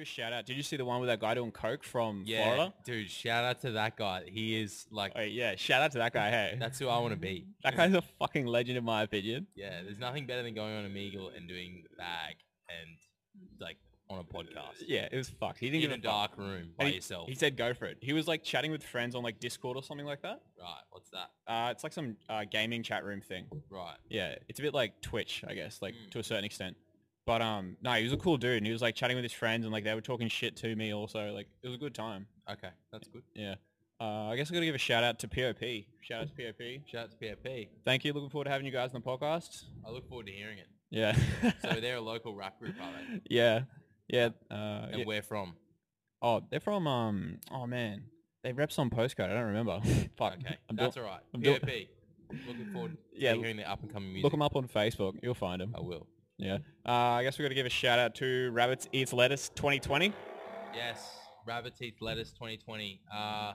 a shout out. Did you see the one with that guy doing coke from Yeah, Florida? dude, shout out to that guy. He is like, Oh, yeah, shout out to that guy. Hey, that's who I want to be. that guy's a fucking legend in my opinion. Yeah, there's nothing better than going on Amigo and doing the bag and like on a podcast Yeah, it was fucked. He didn't give in a a fuck. dark room by And he- yourself. He said go for it. He was like chatting with friends on like Discord or something like that. right, what's that? Uh, it's like some uh, gaming chat room thing. Right. Yeah, it's a bit like Twitch, I guess, like Mm. to a certain extent. But um, no, he was a cool dude, and he was like chatting with his friends, and like they were talking shit to me also. Like it was a good time. Okay, that's good. Uh, I guess I gotta give a shout out to POP. Shout out to POP. Shout out to PFP. Thank you. Looking forward to having you guys on the podcast. I look forward to hearing it. Yeah. So they're a local rap group, are they? yeah. Yeah. Uh, And yeah. where from? Oh, they're from um. Oh man, they rep some postcode. I don't remember. Fuck. Okay, I'm that's all right. I'm doing- PFP. Looking forward Yeah, to hearing the up and coming music. Look them up on Facebook. You'll find them. I will. Uh, I guess we got to give a shout out to Rabbits Eats Lettuce 2020. Yes, Rabbit Teeth Lettuce 2020. Uh, a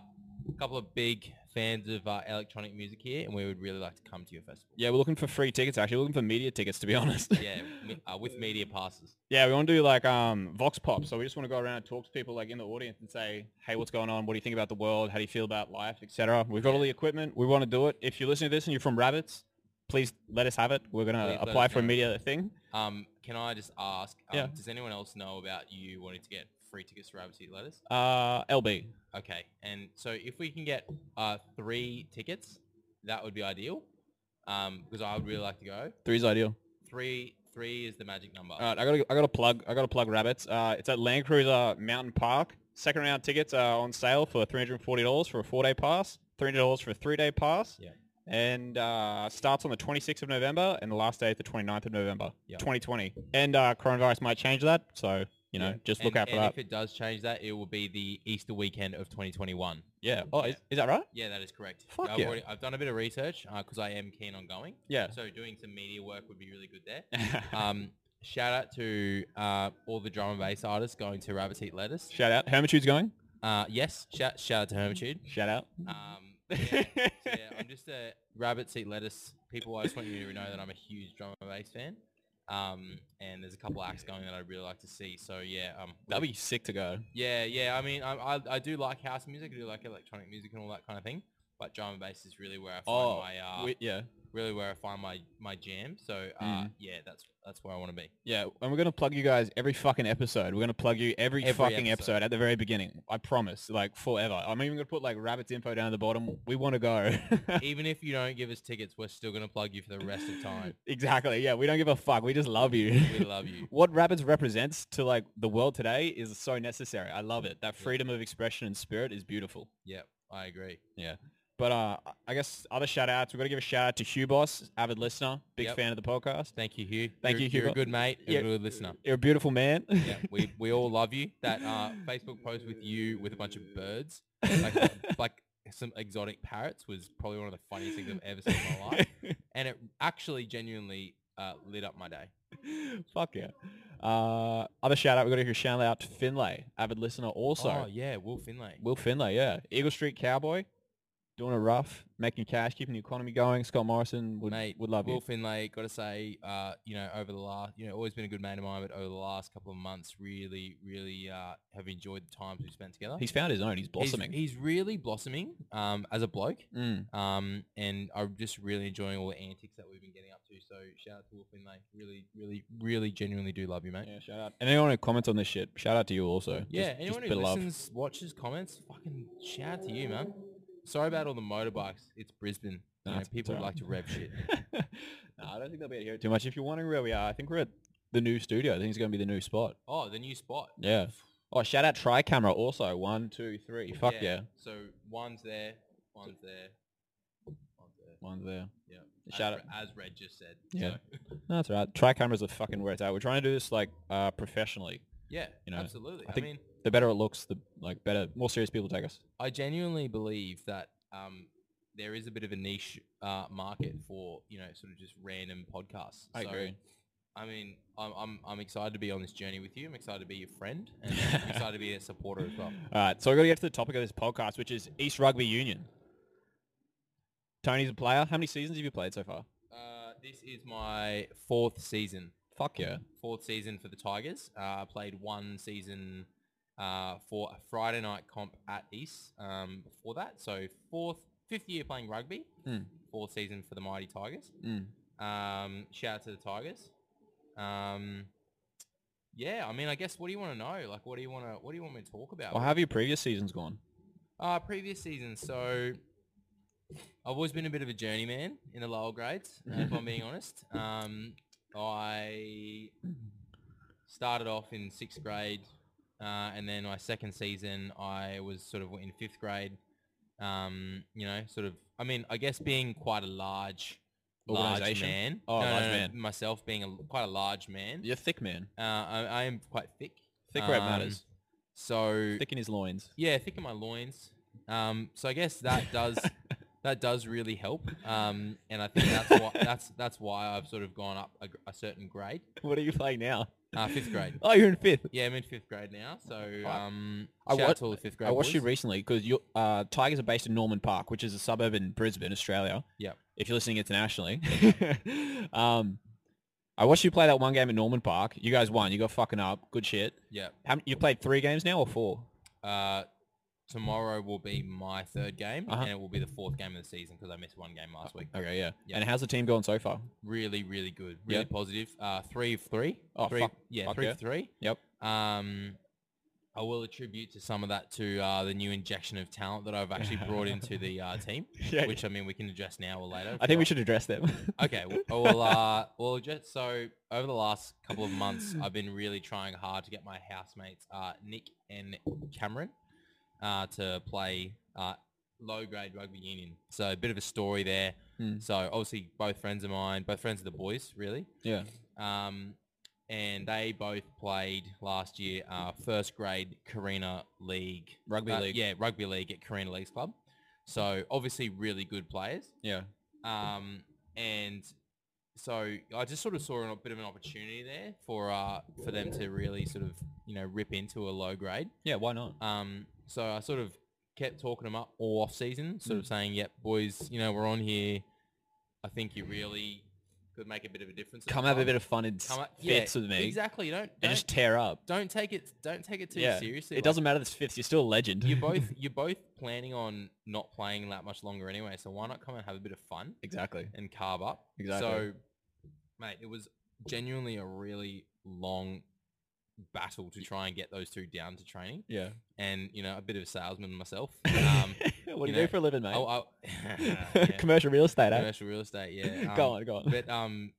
couple of big fans of uh, electronic music here, and we would really like to come to your festival. Yeah, we're looking for free tickets. Actually, we're looking for media tickets to be honest. Yeah, me- uh, with media passes. yeah, we want to do like um Vox Pop. So we just want to go around and talk to people like in the audience and say, hey, what's going on? What do you think about the world? How do you feel about life, etc. We've got all the equipment. We want to do it. If you're listening to this and you're from Rabbits, please let us have it. We're Please gonna let apply us for a know. media thing. Um, can I just ask, um, Yeah. does anyone else know about you wanting to get free tickets to Rabbit Teeth Lettuce? Uh, LB. Okay, and so if we can get uh, three tickets, that would be ideal, um, because I would really like to go. Three's ideal. Three, three is the magic number. All right, I gotta, I gotta plug, I gotta plug rabbits. Uh, it's at Land Cruiser Mountain Park. Second round tickets are on sale for three hundred and forty dollars for a four day pass, three hundred dollars for a three day pass. Yeah. And uh, starts on the 26th of November, and the last day is the 29th of November, Yeah. 2020. And uh, coronavirus might change that, so you know, Yeah. just look and, out for and that. if it does change that, it will be the Easter weekend of 2021. yeah. Oh, Is, is that right? Yeah, that is correct. Fuck I've, yeah. already, I've done a bit of research because I am keen on going. Yeah. So doing some media work would be really good there. Um, shout out to uh, all the drum and bass artists going to Rabbit Eat Lettuce. shout out. Hermitude's going. Uh, yes, shout, shout out to Hermitude. Shout out. Um, yeah, yeah, I'm just a Rabbit Eat Lettuce. People, I just want you to know that I'm a huge drum and bass fan. Um, and there's a couple acts going that I'd really like to see. So yeah, um, That'd be sick to go. yeah, yeah. I mean, I, I, I do like house music. I do like electronic music and all that kind of thing. But drum and bass is really where I find Oh, my uh, We- yeah. really where I find my my jam. So uh, Mm. yeah, that's that's where I want to be. Yeah, and we're gonna plug you guys every fucking episode. We're gonna plug you every, Every fucking episode. episode. at the very beginning. I promise, like forever. I'm even gonna put like rabbits info down at the bottom. We want to go. Even if you don't give us tickets, we're still gonna plug you for the rest of time. exactly. Yeah, we don't give a fuck. We just love you. We love you. what rabbits represents to like the world today is so necessary. I love it. That freedom of expression and spirit is beautiful. Yep, I agree. But uh, I guess other shout outs. We're gonna give a shout out to Hugh Boss, avid listener, big Yep. fan of the podcast. Thank you, Hugh. Thank you, you're, You're a Hugo. good mate. You're Yeah. a good listener. You're a beautiful man. Yeah, we we all love you. That uh, Facebook post with you with a bunch of birds, like like some exotic parrots, was probably one of the funniest things I've ever seen in my life. and it actually genuinely uh, lit up my day. Fuck yeah. Uh, other shout out, we got to give a shout out to Finlay, avid listener also. oh yeah, Will Finlay. Will Finlay, yeah. Eagle Street Cowboy, doing it rough, making cash, keeping the economy going. Scott Morrison would, Mate, would love Will you. Finlay, got to say, uh, you know, over the last, you know, always been a good mate of mine, but over the last couple of months, really, really uh, have enjoyed the times we've spent together. He's found his own. He's He's- blossoming. He's, really blossoming um, as a bloke, Mm. um, and I'm just really enjoying all the antics that we've been getting up to. So shout out to Will Finlay. Really, really, really genuinely do love you, mate. Yeah, shout out. And anyone who comments on this shit, shout out to you also. Just- Yeah, just anyone a who bit of love. listens, watches, comments, fucking shout out to you, man. Sorry about all the motorbikes. It's Brisbane. Nah, you know, it's- it's people alright. like to rev shit. nah, I don't think they'll be able to hear it too much. If you're wondering where we are, I think we're at the new studio. I think it's going to be the new spot. Oh, the new spot. Yeah. Oh, shout out Tri Camera also. One, two, three. Fuck yeah. So one's there, one's there, one's there. One's there. Yeah. Shout as, out. Re- as Red just said. Yeah. So, No, that's all right. Tri cameras are fucking where it's at. We're trying to do this like uh, professionally. yeah. You know, absolutely. I I, think- mean, The better it looks, the like better, more serious people take us. I genuinely believe that um, there is a bit of a niche uh, market for you know sort of just random podcasts. I So, agree. I mean, I'm, I'm I'm excited to be on this journey with you. I'm excited to be your friend, and I'm excited to be a supporter as well. All right, so we're gonna get to the topic of this podcast, which is East Rugby Union. Tony's a player. How many seasons have you played so far? Uh, this is my fourth season. Fuck yeah. Fourth season for the Tigers. Uh, I played one season uh, for a Friday night comp at East um, before that. So fourth, fifth year playing rugby, Mm. fourth season for the Mighty Tigers. Mm. Um, shout out to the Tigers. Um, yeah, I mean, I guess what do you want to know? Like, what do you want to? What do you want me to talk about? Well, how have your previous seasons gone? Uh, previous season. So I've always been a bit of a journeyman in the lower grades, uh, if I'm being honest. Um, I started off in sixth grade, uh, and then my second season, I was sort of in fifth grade. Um, you know, sort of. I mean, I guess being quite a large, large Organisation? man. Oh, large man. Myself being a, quite a large man. You're a thick man. Uh, I, I am quite thick. Thick where it Um, matters. So Thick in his loins. yeah, thick in my loins. Um, so I guess that does that does really help. Um, and I think that's why that's that's why I've sort of gone up a, gr- a certain grade, What are you playing now? uh, fifth grade. Oh, you're in fifth. Yeah, I'm in fifth grade now. So um, I shout out wa- to all the fifth grade. I watched boys. you recently because your uh, Tigers are based in Norman Park, which is a suburb in Brisbane, Australia. Yep. If you're listening internationally, um, I watched you play that one game at Norman Park. You guys won. You got fucking up. Good shit. yeah. How, m- you played three games now or four? Uh, tomorrow will be my third game, Uh-huh. Uh, and it will be the fourth game of the season because I missed one game last week. Okay, yeah. Yeah. And how's the team going so far? Really, really good. Really Yeah. positive. Uh, three of three. Oh, Three- fuck- yeah, fuck three yeah. of three. Yep. Um, I will attribute to some of that to uh, the new injection of talent that I've actually brought into the uh, team, Yeah. which I mean we can address now or later. if I you think we like. should address them. Okay, w- well, uh, well, just so over the last couple of months, I've been really trying hard to get my housemates uh, Nick and Cameron uh, to play uh, low grade rugby union. So a bit of a story there. Hmm. So obviously both friends of mine, both friends of the boys, really. yeah. Um, and they both played last year uh, first grade Karina League. Rugby uh, league. Yeah, rugby league at Karina Leagues Club. So obviously really good players. Yeah. Um, and so I just sort of saw a bit of an opportunity there for uh, for them to really sort of, you know, rip into a low grade. Yeah, why not? Um, so I sort of kept talking them up all off season, sort Mm. of saying, "Yep, boys, you know, we're on here. I think you really could make a bit of a difference. at the Come have a club. bit of fun and Um, Come s- up- yeah, fits with me Exactly. Don't don't, and just tear up. don't take it don't take it too Yeah, seriously. It doesn't matter that's fifth. You're still a legend. You're both you're both planning on not playing that much longer anyway, so why not come and have a bit of fun exactly. and carve up? Exactly. So, mate, it was genuinely a really long battle to try and get those two down to training, Yeah. and you know, a bit of a salesman myself. Um, what do you you know, do for a living, mate? oh, I, yeah, Commercial real estate, eh? commercial real estate, yeah. go um, on, go on. but um,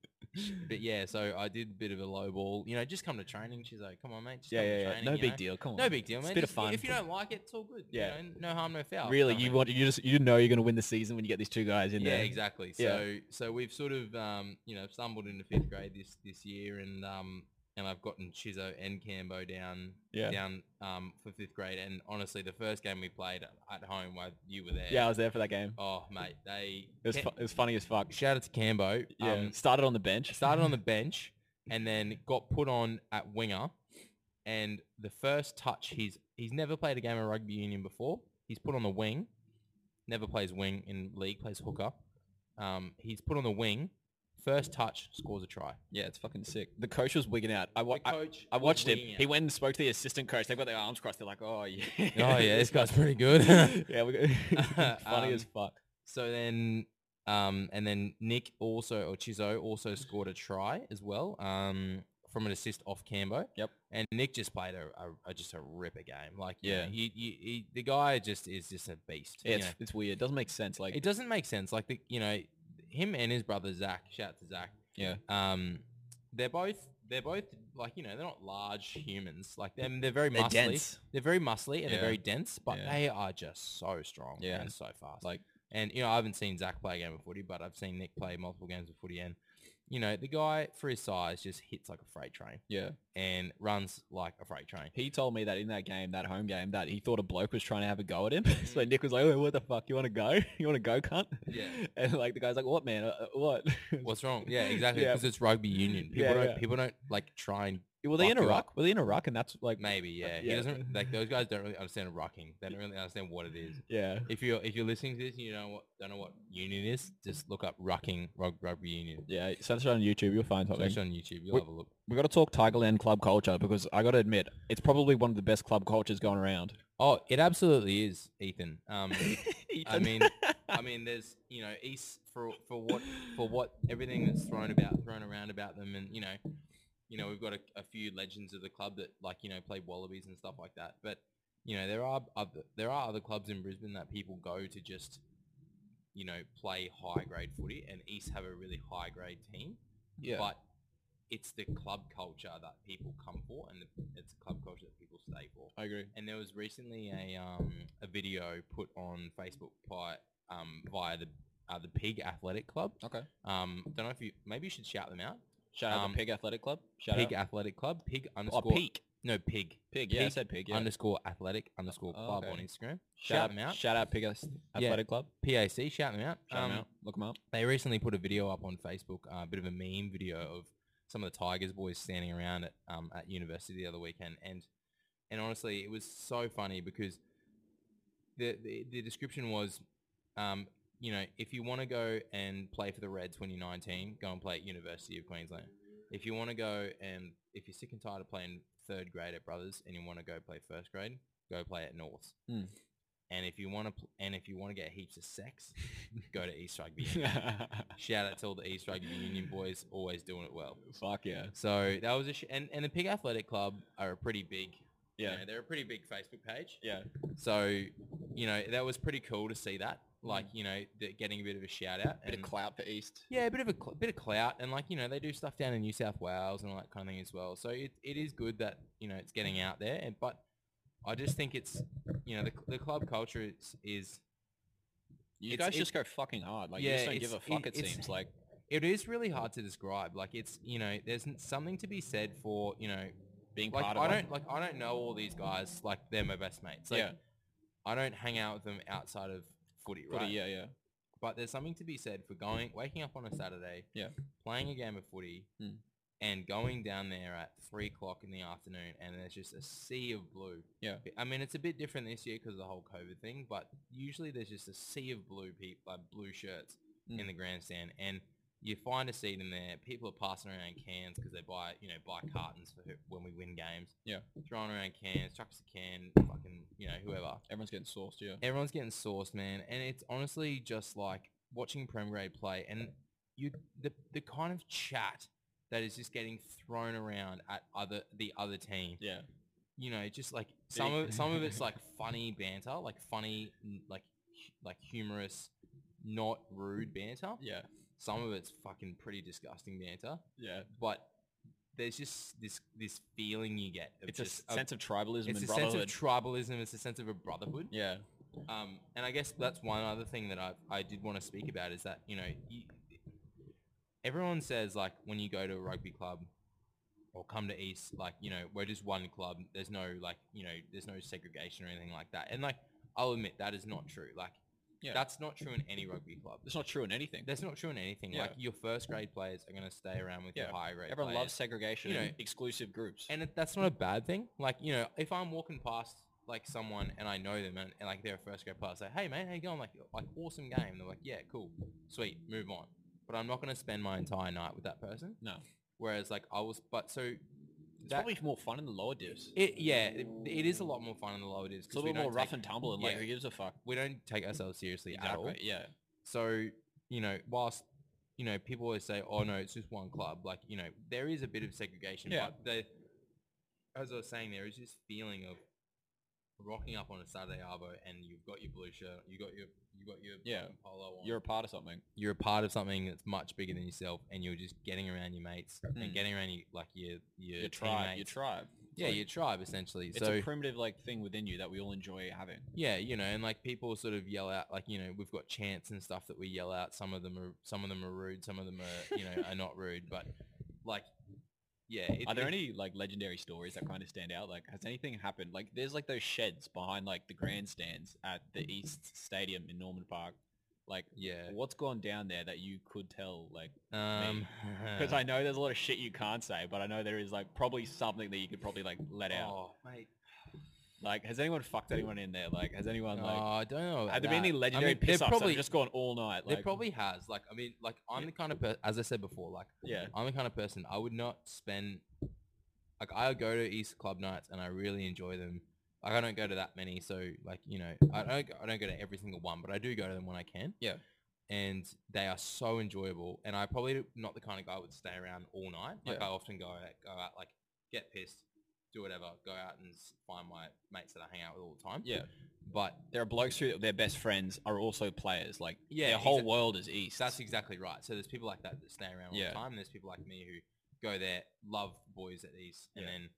but yeah, so I did a bit of a low ball. You know, just come to training. She's like, "Come on, mate, just yeah, come yeah, to yeah. training." No you big know? deal. Come on. No big deal, man. It's a bit Just- of fun. If you oh, don't like it, it's all good. you Yeah. know, no harm, no foul. really, kind of you thing. want you just you know you're gonna win the season when you get these two guys in Yeah, there. exactly. So Yeah. so we've sort of um, you know stumbled into fifth grade this this year, and um and I've gotten Chizo and Cambo down Yeah. down um for fifth grade, and honestly, the first game we played at home while you were there. Yeah, I was there for that game. Oh mate, they It was Ca- fu- it was funny as fuck. shout out to Cambo. Yeah. Um, started on the bench. started on the bench and then got put on at winger. And the first touch, he's he's never played a game of rugby union before. He's put on the wing, never plays wing in league, plays hooker. Um, he's put on the wing, first touch, scores a try. yeah, it's fucking sick. The coach was wigging out. I, wa- The I, coach I was watched him. wigging He out. went and spoke to the assistant coach. They've got their arms crossed. They're like, oh yeah. oh yeah, this guy's pretty good. yeah, we got- funny as Um, fuck. so then, um, and then Nick also or Chizo also scored a try as well. Um, from an assist off Cambo. Yep. And Nick just played a, a, a just a ripper game. Like Yeah. yeah, you, you, he, the guy just is just a beast. Yeah, you it's, know. it's weird. It doesn't make sense. Like, it doesn't make sense. Like the you know him and his brother Zach. Shout out to Zach. Yeah. Um, they're both they're both like you know they're not large humans. Like them they're very they're muscly. dense. They're very muscly and Yeah. they're very dense, but Yeah. they are just so strong Yeah. and so fast. Like- and you know, I haven't seen Zach play a game of footy, but I've seen Nick play multiple games of footy, and you know, the guy for his size just hits like a freight train Yeah. and runs like a freight train. He told me that in that game, that home game, that he thought a bloke was trying to have a go at him. so Nick was like, "Oh, "What the fuck? You want to go? You want to go, cunt?" Mm. Yeah. And like the guy's like, "What, man? Uh, uh, what?" What's wrong? Yeah, exactly. Yeah. Because it's rugby union. People Yeah, don't yeah. people don't like try and Were they in fuck you Iraq? up. Were they in Iraq? And that's like Maybe, yeah. He Uh, yeah. doesn't like those guys don't really understand rocking. They don't really understand what it is. yeah. If you're if you're listening to this and you don't know what don't know what union is, just look up rucking rug, rugby union. Yeah, search it on YouTube. You'll find something. Search on YouTube, you'll We- have a look. We got to talk Tigerland club culture because I got to admit, it's probably one of the best club cultures going around. Oh, it absolutely is, Ethan. Um, I mean, I mean, there's you know, East for for what for what everything that's thrown about thrown around about them, and you know, you know, we've got a, a few legends of the club that like you know play wallabies and stuff like that. But you know, there are other there are other clubs in Brisbane that people go to just you know play high grade footy, and East have a really high grade team. yeah. But it's the club culture that people come for, and the, it's the club culture that people stay for. I agree. And there was recently a um, a video put on Facebook by um, via the uh, the Pig Athletic Club. Okay. Um, don't know if you maybe you should shout them out. Shout out Um, to Pig Athletic Club. Shout Pig out. Athletic Club. Pig Oh, underscore Peak. no Pig Pig. Yeah, I Peak said Pig. Yeah. underscore Athletic underscore Oh, Club okay. on Instagram. shout, shout out, them out. Shout out Pig Ath- Yeah. Athletic Club. PAC, shout them out. Shout 'em Um, out. Look them up. They recently put a video up on Facebook, uh, a bit of a meme video of some of the Tigers boys standing around at um, at university the other weekend, and and honestly, it was so funny because the the, the description was, um, you know, if you want to go and play for the Reds when you're 19, go and play at University of Queensland. If you want to go and if you're sick and tired of playing third grade at Brothers and you want to go play first grade, go play at North. Mm. And if you want to pl- and if you want to get heaps of sex, go to East Rugby. Union. Shout out to all the East Rugby Union boys, always doing it well. Fuck yeah. So that was a sh- and and the Pig Athletic Club are a pretty big, yeah, Yeah. they're a pretty big Facebook page. Yeah. So you know that was pretty cool to see that, like you know the, getting a bit of a shout out, Bit of and- clout for East. yeah, a bit of a cl- bit of clout, and like you know they do stuff down in New South Wales and all that kind of thing as well. So it, it is good that you know it's getting out there, and but I just think it's you know the, cl- the club culture is, is You It's- guys just it- go fucking hard. Like you Yeah, just don't give a it's- fuck. it- It, it's- seems like it is really hard to describe. Like it's you know there's n- something to be said for you know being like part I of it. don't like I don't know all these guys. Like they're my best mates. Like, Yeah. I don't hang out with them outside of footy, right? Footy, Yeah. Yeah. But there's something to be said for going, waking up on a Saturday, Yeah. playing a game of footy, Mm. and going down there at three o'clock in the afternoon, and there's just a sea of blue. Yeah. I mean it's a bit different this year because of the whole COVID thing, but usually there's just a sea of blue people, like blue shirts in Mm. the grandstand, and you find a seat in there. People are passing around cans because they buy, you know, buy cartons for who- when we win games. Yeah. throwing around cans, chucks a can, fucking, you know, whoever. Everyone's getting sourced. Yeah. Everyone's getting sourced, man, and it's honestly just like watching Prem Grade play, and you the the kind of chat that is just getting thrown around at other the other team. Yeah. You know, just like some of some of it's like funny banter, like funny, n- like hu- like humorous, not rude banter. Yeah. Some of it's fucking pretty disgusting banter, Yeah. but there's just this this feeling you get. Of It's a just, s- sense of tribalism it's and a sense of brotherhood. tribalism. It's a sense of a brotherhood. yeah. Um, and I guess that's one other thing that I, I did want to speak about is that, you know, you, everyone says like when you go to a rugby club or come to East, like, you know, we're just one club. There's no like, you know, there's no segregation or anything like that. And like, I'll admit that is not true. Like, Yeah. that's not true in any rugby club. It's not true in anything. That's not true in anything. Yeah. Like your first grade players are going to stay around with Yeah. your higher grade Everyone players. loves segregation. You know, and exclusive groups. And it, that's not a bad thing. Like, you know, if I'm walking past like someone and I know them and, and like they're a first grade player, I say, hey mate, how you going? Like, like awesome game. They're like, yeah, cool, sweet, move on. But I'm not going to spend my entire night with that person. No. Whereas like I was, but so it's that probably more fun in the lower divs. it yeah, it, it is a lot more fun in the lower It's divs a because we little more don't take, rough and tumble, and like Yeah. who gives a fuck? we don't take ourselves seriously at all. Yeah. So, you know, whilst, you know, people always say, oh, no, it's just one club, like, you know, there is a bit of segregation. Yeah. But the, as I was saying, there is this feeling of rocking up on a Saturday Arvo and you've got your blue shirt, you got your, you got your Yeah. fucking polo on. You're a part of something. you're a part of something that's much bigger than yourself and you're just getting around your mates and Mm. getting around your, like, your, your, Your tribe. Your teammates. tribe. Yeah, like- your tribe, essentially. It's so, a primitive like thing within you that we all enjoy having. Yeah, you know, and like people sort of yell out, like you know, we've got chants and stuff that we yell out. Some of them are, some of them are rude, some of them are, you know, are not rude. But like, yeah, it, Are there it- any like legendary stories that kind of stand out? Like, has anything happened? Like, there's like those sheds behind like the grandstands at the East Stadium in Norman Park, Like, Mm. Yeah. what's gone down there that you could tell? Like, Um, because I know there's a lot of shit you can't say, but I know there is like probably something that you could probably like let out. Oh, mate. Like, has anyone fucked anyone in there? Like, has anyone Oh, like? I don't know. about have there been that. any legendary I mean, there piss ups that probably, have just gone all night? there Like, probably has. Like, I mean, like, I'm Yeah. the kind of person, as I said before, like, yeah, I'm the kind of person I would not spend. Like I go to Easter club nights and I really enjoy them. Like I don't go to that many, so like you know, I don't I don't go to every single one, but I do go to them when I can. Yeah. And they are so enjoyable, and I probably not the kind of guy who would stay around all night. Like Yeah. I often go out, go out, like get pissed, do whatever, go out and s- find my mates that I hang out with all the time. yeah. But There are blokes who their best friends are also players. Like, Yeah, their whole exa- world is east. That's exactly right. So there's people like that that stay around all Yeah. the time. And there's people like me who go there, love boys at these, and Yeah. then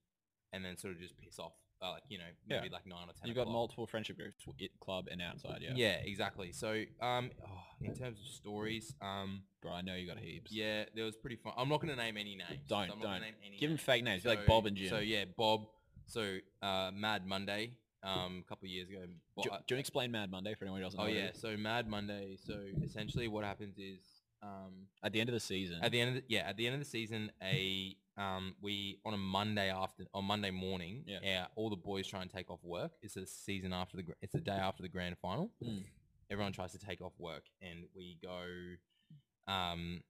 and then sort of just piss off. Uh, like you know, Yeah. maybe like nine or ten. You've got o'clock. multiple friendship groups, w- it, club and outside. Yeah. Yeah, exactly. So um, oh, in terms of stories, um, Bro, I know you got heaps. yeah, there was pretty fun. I'm not gonna name any names. Don't, I'm don't. not Gonna name any Give them names. fake names. be like So- Bob and Jim. So do, yeah, Bob. So uh, Mad Monday, um, a couple of years ago. Bo- do you want to explain Mad Monday for anyone who doesn't oh know? what it yeah, is? so Mad Monday. So essentially, what happens is um, At the end of the season. At the end of the, yeah, at the end of the season, a um, we on a Monday after on Monday morning, Yeah. all the boys try and take off work. It's the season after the gr- it's the day after the grand final. Mm. Everyone tries to take off work, and we go, um,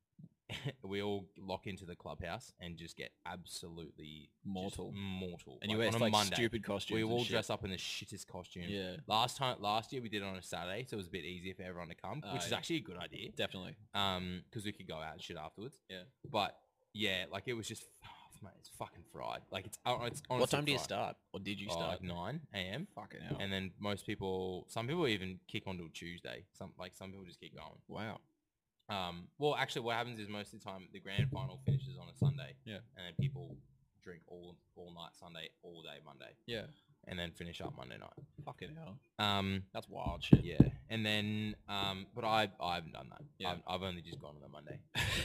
we all lock into the clubhouse and just get absolutely just Mortal. mortal. and you Like, wear on a like Monday. stupid costumes. We and all shit. dress up in the shittest costume. Yeah, Last time, last year we did it on a Saturday, so it was a bit easier for everyone to come, Ah, which is yeah. actually a good idea definitely. um because we could go out and shit afterwards. Yeah. But yeah, like it was just, oh, mate, it's fucking fried. Like it's, oh, it's what honestly time do you fried. start, or did you Oh, start? Oh. like nine a.m. Fucking hell. And then most people, some people even kick on till Tuesday. Some like some people just keep going. wow. Um, well, actually, what happens is most of the time the grand final finishes on a Sunday. Yeah. And then people drink all all night Sunday, all day Monday, Yeah. and then finish up Monday night. Fucking hell. Um, That's wild shit. yeah. And then, um, but I I haven't done that. Yeah. I've, I've only just gone on the Monday.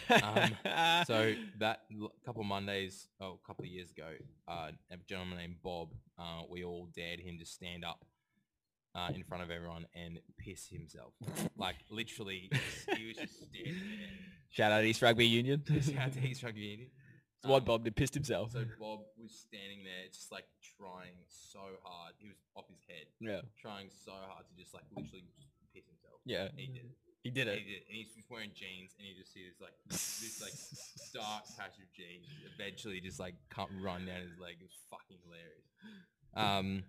Um, so that l- couple Mondays, oh, a couple of years ago, uh, a gentleman named Bob, uh, we all dared him to stand up uh, in front of everyone and piss himself. like literally, he was just standing shout out East Rugby Union. there. Just out to East Rugby Union. what Bob did pissed himself. Um, So Bob was standing there, just like trying so hard. He was off his head, yeah. trying so hard to just like literally just piss himself. Yeah. And he did. He did And it. he did. And he's just wearing jeans, and you just see this like this like dark patch of jeans eventually just like can't run down his leg. It was fucking hilarious. Um,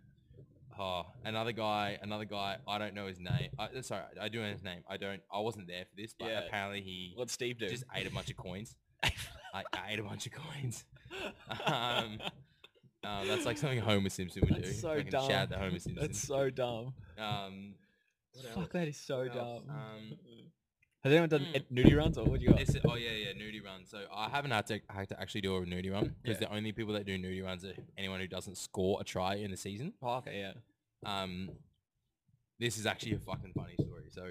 oh, another guy, another guy. I don't know his name. I, sorry, I do know his name. I don't. I wasn't there for this, but Yeah. apparently he What's Steve do? just ate a bunch of coins. I, I ate a bunch of coins. Um, Uh, that's like something Homer Simpson would do. That's so I can dumb. Shout out to Homer Simpson. That's so dumb. um, what else? Fuck, that is so What else? dumb. Um, Has anyone done mm. ed- nudie runs or what do you got? It's, oh yeah, yeah, nudie run. So I haven't had to, had to actually do a nudie run because Yeah. the only people that do nudie runs are anyone who doesn't score a try in the season. Oh, okay, yeah. Um, this is actually a fucking funny story. So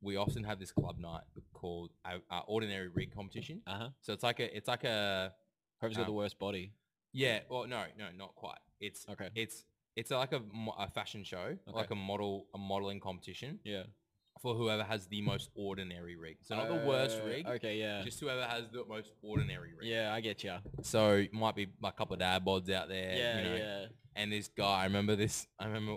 we often have this club night called our, our ordinary rig competition. Uh huh. So it's like a, it's like a, Whoever's got the Um, worst body. yeah, well, no, no, not quite. It's, Okay. it's, it's like a, mo- a fashion show, like a model, a modeling competition Yeah. for whoever has the most ordinary rig. So not the worst Uh, rig, Okay, yeah. just whoever has the most ordinary rig. yeah, I get you. So it might be like a couple of dad bods out there. Yeah, you know, yeah. And this guy, I remember this. I remember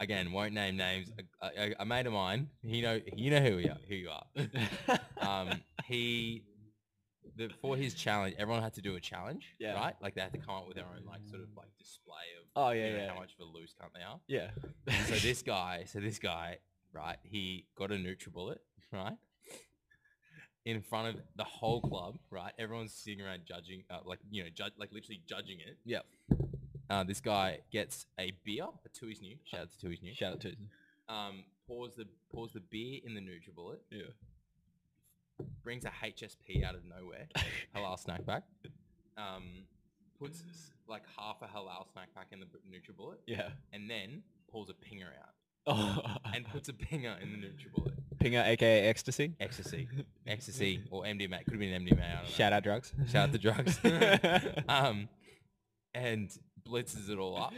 again. Won't name names. A, a, a mate of mine. You know, you know who we are. Who you are. Um, he the, for his challenge, everyone had to do a challenge. Yeah. Right. Like they had to come up with their own like sort of like display of oh you yeah, know, yeah, how much of a loose cunt they are. yeah. So this guy. So this guy. Right. He got a NutriBullet. Right. In front of the whole club, right? Everyone's sitting around judging, uh, like you know, judge, like literally judging it. Yep. Uh, this guy gets a beer, a two is new. Shout out to two is new. Shout out to Um, pours the pours the beer in the NutriBullet. Yeah. Brings a HSP out of nowhere, halal snack pack. Um, puts s- like half a halal snack pack in the bu- NutriBullet, yeah. and then pulls a pinger out Oh, and puts a pinger in the NutriBullet. Pinger, aka ecstasy. Ecstasy, ecstasy, or MDMA. Could have been MDMA. I don't know. Shout out drugs. Shout out the drugs. yeah. um, and blitzes it all up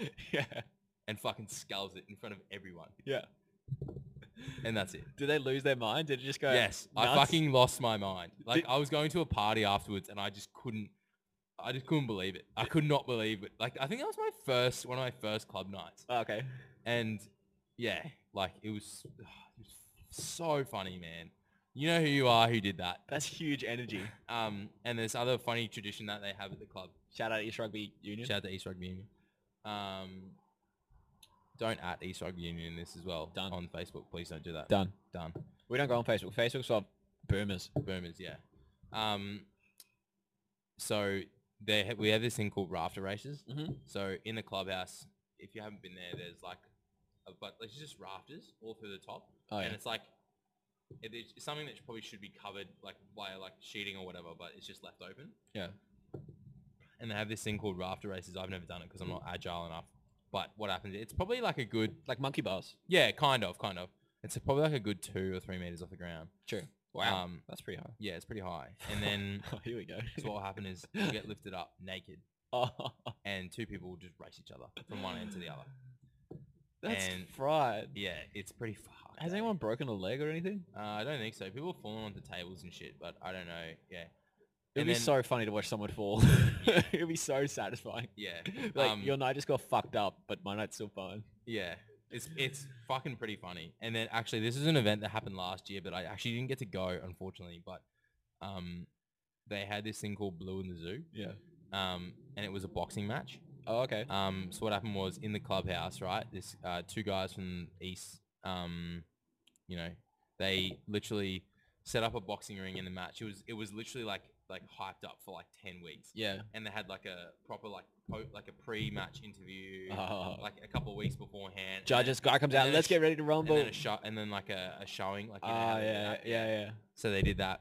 and fucking skulls it in front of everyone. Yeah. and that's it. Did they lose their mind? Did it just go? Yes, I nuts? fucking lost my mind. Like Did- I was going to a party afterwards, and I just couldn't. I just couldn't believe it. I could not believe it. Like I think that was my first one of my first club nights, Oh, okay. and yeah, like it was, it was so funny, man. You know who you are who did that. That's huge energy. Um, and there's other funny tradition that they have at the club. Shout out East Rugby Union. Shout out to East Rugby Union. Um, don't at East Rugby Union this as well Done. on Facebook. Please don't do that. Done. Done. We don't go on Facebook. Facebook's for boomers. Boomers, yeah. Um, so they ha- we have this thing called rafter races. Mhm. So in the clubhouse, if you haven't been there, there's like a but there's just rafters all through the top, Oh, yeah. and it's like it, it's something that probably should be covered like by like sheeting or whatever, but it's just left open. Yeah. And they have this thing called rafter races. I've never done it because I'm not agile enough. But what happens? It's probably like a good Like monkey bars. yeah, kind of, kind of. It's probably like a good two or three meters off the ground. True. Um, That's pretty high. yeah, it's pretty high. And then Oh, here we go. so what will happen is you'll get lifted up naked Oh, and two people will just race each other from one end to the other. that's And- fried. Yeah, it's pretty fucked. Has eh? anyone broken a leg or anything? Uh, I don't think so. People are falling onto tables and shit, but I don't know. Yeah. It'd And be then- so funny to watch someone fall. It'd be so satisfying. Yeah. Like Um, your night just got fucked up, but my night's still fine. Yeah. It's it's fucking pretty funny. And then actually this is an event that happened last year, but I actually didn't get to go, unfortunately, but um they had this thing called Blue in the Zoo. Yeah. Um and it was a boxing match. Oh, okay. Um, so what happened was in the clubhouse, right? This uh, two guys from the East, um, you know, they literally set up a boxing ring in the match. It was it was literally like like hyped up for like ten weeks, Yeah. and they had like a proper like po- like a pre-match interview, Oh. like a couple of weeks beforehand. Judges, guy comes out. then a Let's sh- get ready to and rumble. then a shot, and then like a, a showing, like you know, how Ah, they do yeah, that. yeah, yeah. So they did that.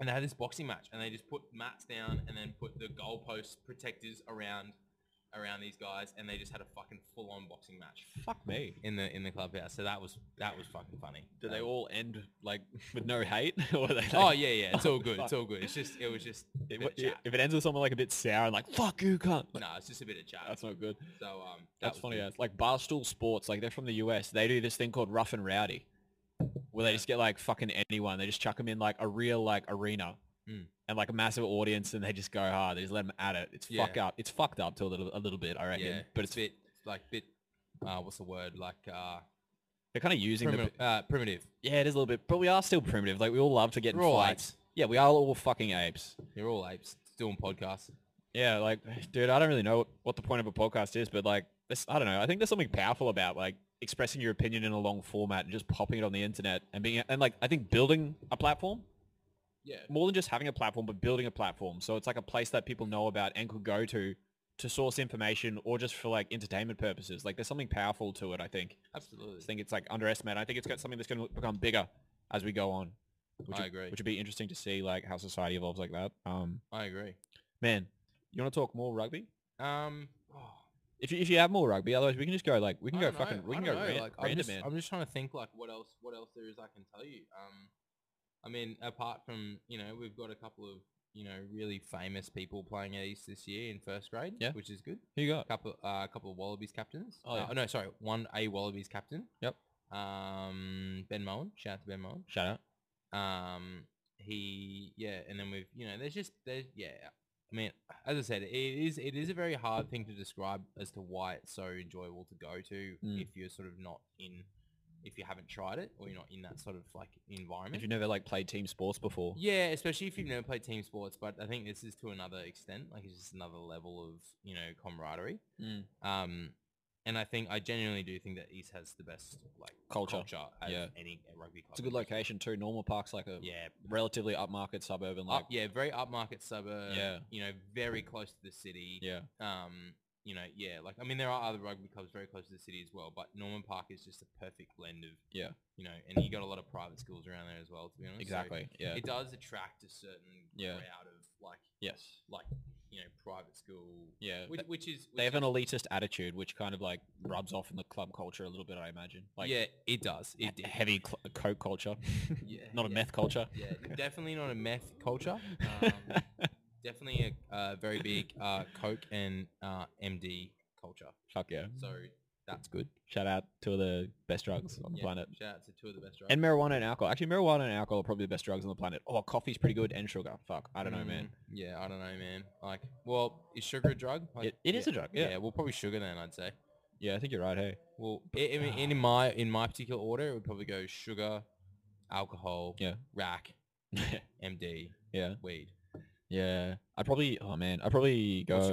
And they had this boxing match and they just put mats down and then put the goalpost protectors around around these guys and they just had a fucking full on boxing match Fuck me. in the in the clubhouse. So that was that was fucking funny. Did they Um, all end like with no hate? or they like, Oh yeah, yeah. It's all Oh, good. It's fuck. all good. It's just it was just a If, bit of if- chat. if it ends with someone like a bit sour and like "fuck you, cunt," like, No, it's just a bit of chat. that's not good. So um that That's was funny. good. As, like Barstool Sports, like they're from the US. They do this thing called rough and rowdy, where they Yeah. just get like fucking anyone. They just chuck them in like a real like arena, Mm. and like a massive audience, and they just go hard. They just let them at it. It's fuck up. It's fucked up to a little a little bit, I reckon. Yeah. But it's bit like bit uh what's the word? Like uh they're kind of using the. primi- uh, primitive. Yeah, it is a little bit, but we are still primitive. Like we all love to get in We're all fights. Yeah, we are all fucking apes. You're all apes doing podcasts. Yeah, like, dude, I don't really know what the point of a podcast is, but like, this, I don't know. I think there's something powerful about like expressing your opinion in a long format and just popping it on the internet and being, and like, I think building a platform Yeah. more than just having a platform, but building a platform. So it's like a place that people know about and could go to to source information or just for like entertainment purposes. Like, there's something powerful to it. I think. I Absolutely. think it's like underestimated. I think it's got something that's going to become bigger as we go on. Which I would- agree. Which would be interesting to see like how society evolves like that. Um, I agree. man, you want to talk more rugby? Um oh, If you, if you have more rugby, otherwise we can just go like we can go I don't know, fucking we I can go don't know, ran- like, I'm random just, man. I'm just trying to think like what else what else there is I can tell you. Um, I mean, apart from you know we've got a couple of you know really famous people playing at East this year in first grade, Yeah. which is good. Who you got? A couple uh, a couple of Wallabies captains. Oh, yeah. Uh, no, sorry, one a Wallabies captain. Yep. Um, Ben Mullen. Shout out to Ben Mullen. Shout out. Um, he yeah, and then we've you know there's just there's yeah. I mean, as I said, it is it is a very hard thing to describe as to why it's so enjoyable to go to Mm. if you're sort of not in, if you haven't tried it or you're not in that sort of like If environment. you've never like played team sports before, Yeah, especially if you've never played team sports, but I think this is to another extent. Like it's just another level of you know camaraderie. Mm. Um, and I think I genuinely do think that East has the best like Culture. culture out Yeah. of any rugby club. it's a in good the UK. location too. Normal Park's like a Yeah, relatively upmarket suburban. Like up, yeah, very upmarket suburb. Yeah. you know, very close to the city. yeah, Um, you know, yeah, like I mean, there are other rugby clubs very close to the city as well, but Norman Park is just a perfect blend of Yeah. you know, and you got a lot of private schools around there as well. To be honest, So exactly. Yeah, it does attract a certain Yeah. crowd of like, yes, like you know, private school, yeah. which, which is which they have is- an elitist attitude, which kind of like rubs off in the club culture a little bit. I imagine. Like yeah, it does, he- it did. heavy cl- uh, coke culture, Yeah, not a yeah. meth culture. Yeah, definitely not a meth culture. Um, definitely a uh, very big uh, coke and uh, MD culture. Fuck yeah. So That's good. Shout out to the best drugs on the Yeah, planet. Shout out to two of the best drugs. And marijuana and alcohol. Actually, marijuana and alcohol are probably the best drugs on the planet. Oh, coffee's pretty good and sugar. Fuck, I don't know, man. Mm, Yeah, I don't know, man. Like, well, is sugar a drug? Like, It- it is a drug, yeah. yeah, well, probably sugar then. I'd say. Yeah, I think you're right. Hey, Well, i I mean, in my in my particular order, it would probably go sugar, alcohol, Yeah. rack, MD, yeah, weed. yeah. I probably. Oh man, I probably What's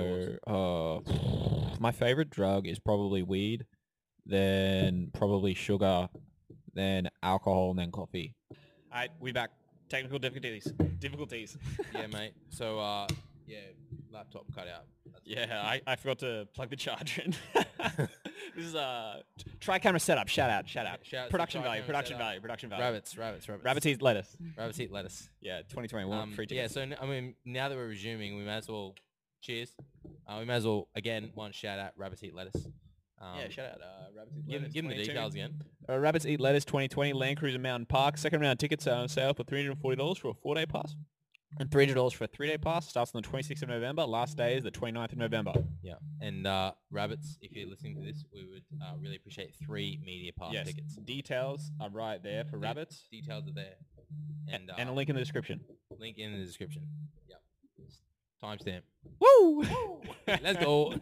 go. Uh, my favorite drug is probably weed, then probably sugar, then alcohol, and then coffee. All right, we back. Technical difficulties. Difficulties. yeah, mate. So, uh, yeah, laptop cut out. That's Yeah, I, I forgot to plug the charger in. this is a tri camera setup. Shout out, shout out. Shout out to production value, tri-camera production setup. value, production value. Rabbits, rabbits, rabbits. Rabbits eat lettuce. Rabbits eat lettuce. Yeah, 2021 Um, free yeah, tickets. so, n- I mean, now that we're resuming, we may as well, cheers. Uh, we may as well, again, one shout out, rabbits eat lettuce. Um, Yeah, shout out, uh, rabbits eat lettuce, Give them the 22. details again. Uh, Rabbits eat lettuce 2020 Land Cruiser Mountain Park. Second round tickets are on sale for $340 for a four day pass and $300 for a three day pass. Starts on the 26th of November. Last day is the 29th of November. And uh, rabbits, if you're listening to this, we would uh, really appreciate three media pass yes, tickets. details are right there for Yeah. rabbits Details are there, and, uh, and a link in the description. link in the description. Yep. Timestamp. Woo! Let's go.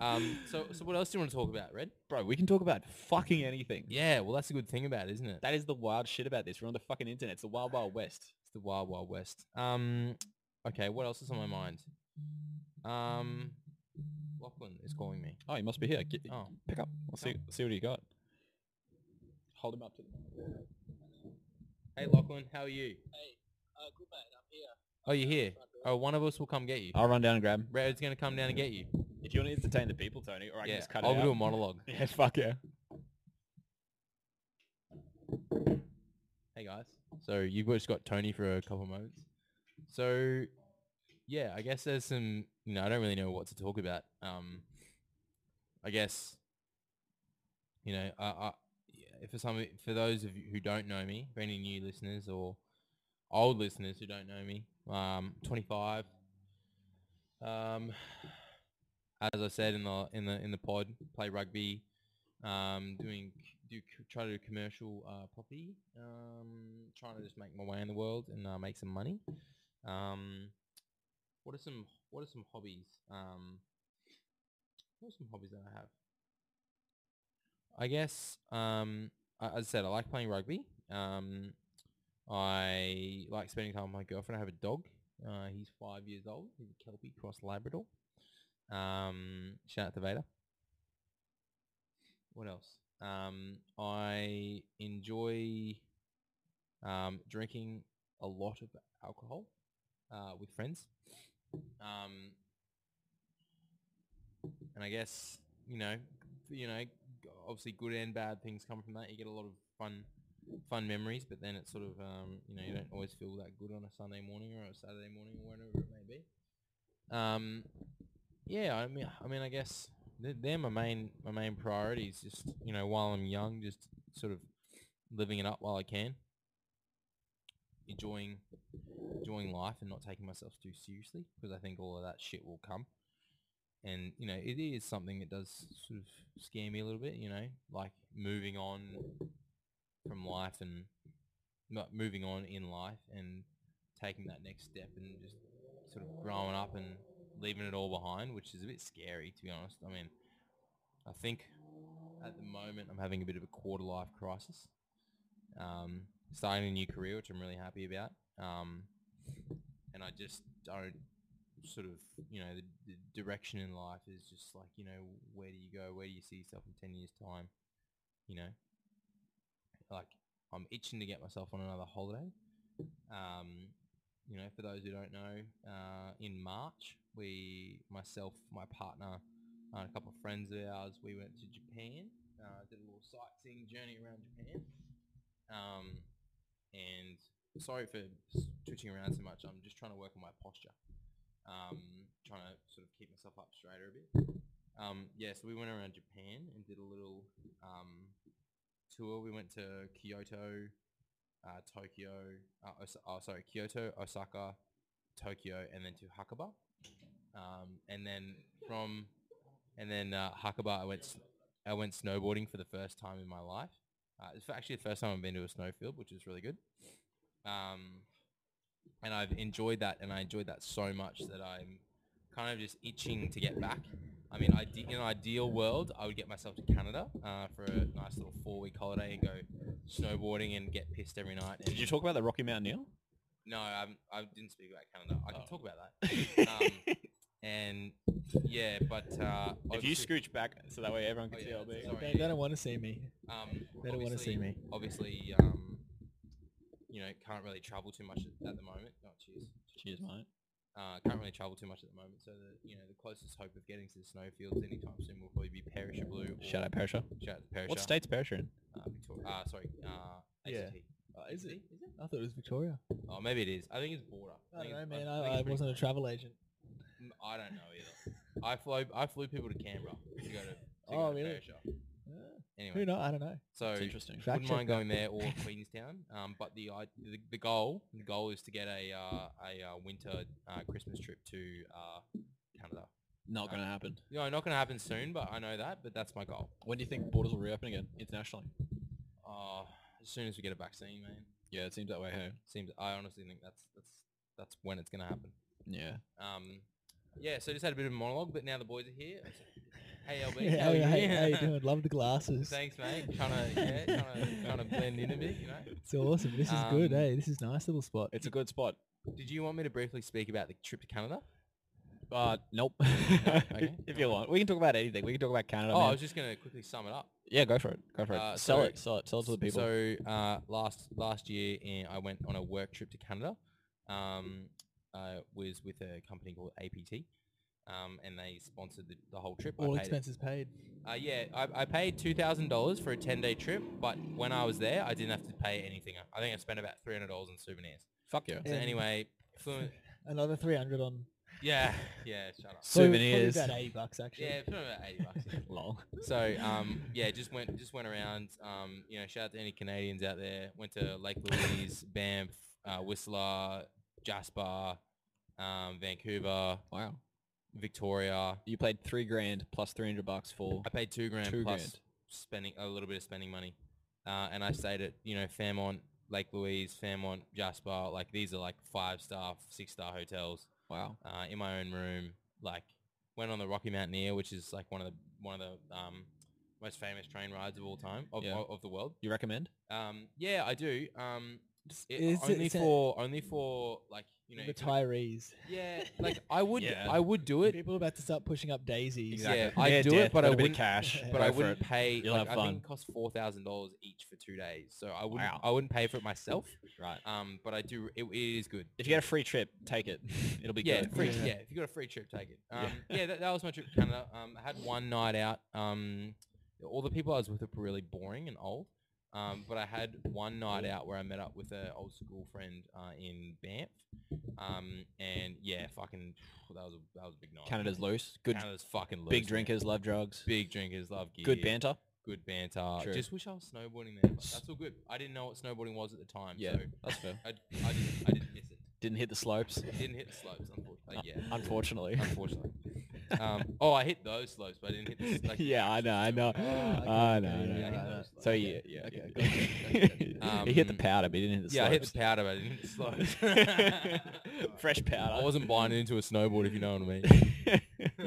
Um, so, so what else do you want to talk about, Red? Bro, we can talk about fucking anything. Yeah, well, that's the good thing about it, isn't it? That is the wild shit about this. We're on the fucking internet. It's the wild, wild west. It's the wild, wild west. Um, okay, what else is on my mind? Um, Lachlan is calling me. Oh, you must be here. Get, Oh, Pick up. We'll see, see what you got. Hold him up to hey Lachlan, how are you? Uh, good mate, I'm here. Oh, you're here. Oh, one of us will come get you. I'll run down and grab him. Red's gonna come down and get you. If you want to entertain the people, Tony, or I can yeah, just cut I'll it out. do a monologue. Yeah, fuck yeah. Hey guys. So you've just got Tony for a couple of moments. So yeah, I guess there's some you know, I don't really know what to talk about. Um I guess you know, I, I yeah, for some for those of you who don't know me, for any new listeners or old listeners who don't know me, um 25 um as I said in the in the in the pod, play rugby, um, doing do c- try to do commercial uh, property, um, trying to just make my way in the world and uh, make some money. Um, what are some what are some hobbies? Um, what are some hobbies that I have? I guess um, I, as I said, I like playing rugby. Um, I like spending time with my girlfriend. I have a dog. Uh, he's five years old. He's a Kelpie cross Labrador. Um, shout out to Vader. What else? Um, I enjoy um, drinking a lot of alcohol uh, with friends. Um, and I guess you know, you know, obviously good and bad things come from that. You get a lot of fun, fun memories, but then it's sort of um, you know you don't always feel that good on a Sunday morning or a Saturday morning or whatever it may be. Um, yeah, I mean, I mean, I guess they're, they're my main my main priorities. Just you know, while I'm young, just sort of living it up while I can, enjoying enjoying life and not taking myself too seriously because I think all of that shit will come. And you know, it is something that does sort of scare me a little bit. You know, like moving on from life and not moving on in life and taking that next step and just sort of growing up and leaving it all behind, which is a bit scary to be honest. I mean, I think at the moment I'm having a bit of a quarter life crisis. Um, starting a new career, which I'm really happy about, um, and I just don't sort of you know the, the direction in life is just like you know where do you go, where do you see yourself in ten years time, you know, like I'm itching to get myself on another holiday. Um, you know, for those who don't know, uh, in March, we, myself, my partner, and a couple of friends of ours, we went to Japan, uh, did a little sightseeing journey around Japan. Um, and sorry for s- twitching around so much. I'm just trying to work on my posture. Um, trying to sort of keep myself up straighter a bit. Um, yeah, so we went around Japan and did a little um, tour. We went to Kyoto, uh, Tokyo, uh, Osa- oh, sorry, Kyoto, Osaka, Tokyo, and then to Hakaba. Um, and then from, and then uh, Hakaba, I went s- I went snowboarding for the first time in my life. Uh, it's actually the first time I've been to a snowfield, which is really good. Um, and I've enjoyed that, and I enjoyed that so much that I'm kind of just itching to get back. I mean, I in an ideal world, I would get myself to Canada uh, for a nice little four-week holiday and go snowboarding and get pissed every night. and- Did you talk about the Rocky Mountaineer? no, I, haven't- I didn't speak about Canada. I can Oh. talk about that. Um, if And yeah, but uh, you obviously- scooch back so that way everyone Oh, can yeah, see LB. sorry. They, they don't want to see me. um, They don't want to obviously- see me. Obviously, um, you know, can't really travel too much at, at the moment. Oh, cheers. Cheers, mate. Uh, can't really travel too much at the moment, so the you know the closest hope of getting to the snowfields anytime soon will probably be Perisher Blue. Or Shout out Perisher. Shout out to Perisher. What state's Perisher in? Uh, Victoria, uh, sorry. Uh, Yeah. ACT. is it? Is it? I thought it was Victoria. Oh, maybe it is. I think it's border. I think don't know, it's- man. think it's I, I pretty wasn't a close. travel agent. Mm, I don't know either. I flew I flew people to Canberra to go to, to, Oh, go to really? Perisher. Uh, who Anyway, knows? I don't know. so It's interesting. Fact wouldn't mind check going there or Queenstown. Um, but the, I the the goal the goal is to get a uh, a uh, winter uh, Christmas trip to uh, Canada. Not going to happen. You know, not going to happen soon, but I know that. But that's my goal. When do you think borders will reopen again internationally? Uh, as soon as we get a vaccine, man. Yeah, it seems that way. Hey. Seems I honestly think that's that's that's when it's going to happen. Yeah. Um, yeah. So just had a bit of a monologue, but now the boys are here. Hey LB, Yeah, how are hey, you? hey, how you doing? Love the glasses. Thanks, mate. Trying to yeah, trying to, trying to blend in a bit, you know. It's awesome. This is good. Um, Hey, this is a nice little spot. It's a good spot. Did you want me to briefly speak about the trip to Canada? Uh, nope. okay. if you want. We can talk about anything. We can talk about Canada. oh, I man. was just going to quickly sum it up. Yeah, go for it. Go for it. Uh, sell so- it. Sell it. Sell it to the people. So uh, last last year, eh, I went on a work trip to Canada. Um, I was with a company called APT, um, and they sponsored the, the whole trip. I All paid it. expenses paid. Uh, yeah, I, I paid two thousand dollars for a ten day trip, but when I was there, I didn't have to pay anything. I- I think I spent about three hundred dollars on souvenirs. Fuck yeah. So And anyway, flew, Another 300 on yeah, yeah, shut up. so probably Souvenirs. About 80 bucks, actually. Yeah, spent about eighty bucks. yeah. Lol. So um, yeah, just went just went around. Um, you know, shout out to any Canadians out there. Went to Lake Louise, Banff, uh, Whistler, Jasper, um, Vancouver, Wow. Victoria. You played three grand plus three hundred bucks for I paid two grand Two plus grand. spending a little bit of spending money, uh, and I stayed at you know Fairmont, Lake Louise, Fairmont, Jasper. Like these are like five star, six star hotels wow. uh, in my own room. Like went on the Rocky Mountaineer, which is like one of the one of the um, most famous train rides of all time of, Yeah. of, of the world. You recommend? Um, yeah, I do. Um, It's- it, it's- only it's a- for only for like you know. econo- retirees. yeah, like I would Yeah. I would do it, People are about to start pushing up daisies. Exactly. Yeah, I'd do it, but I would wouldn't- cash. but but Go I for wouldn't it. pay. You'll like, have I fun. think it costs four thousand dollars each for two days, so I wouldn't Wow. I wouldn't pay for it myself. Um, but I do. It, it is good. If you get a free trip, take it. It'll be yeah, good. free, Yeah. yeah. If you got a free trip, take it. Yeah. Um, yeah, that, that was my trip to Canada. Um, I had one night out. Um, all the people I was with were really boring and old. Um, but I had one night out where I met up with an old school friend uh, in Banff. Um, and yeah, fucking, that was a, that was a big night. Oh, Canada's loose. Good Canada's fucking loose, big man. drinkers, love drugs. big drinkers, love gear, Good banter. good banter. True. Just wish I was snowboarding there. But that's all good. I didn't know what snowboarding was at the time. Yeah. so That's fair. I, I didn't, I didn't miss it. Didn't hit the slopes. Didn't hit the slopes, unfortunately. Uh, Like, yeah, Unfortunately. unfortunately. um, oh, I hit those slopes, but I didn't hit the s- like, yeah, I know, I know. Uh, Oh, okay, I know, okay, I know, yeah, I yeah, know. yeah. So yeah, Okay, yeah. okay, yeah. he hit the Um, powder, but he didn't hit the Yeah, I hit slopes. the powder, but I didn't hit the slopes. Fresh I powder. wasn't buying into a snowboard, if you know what I mean.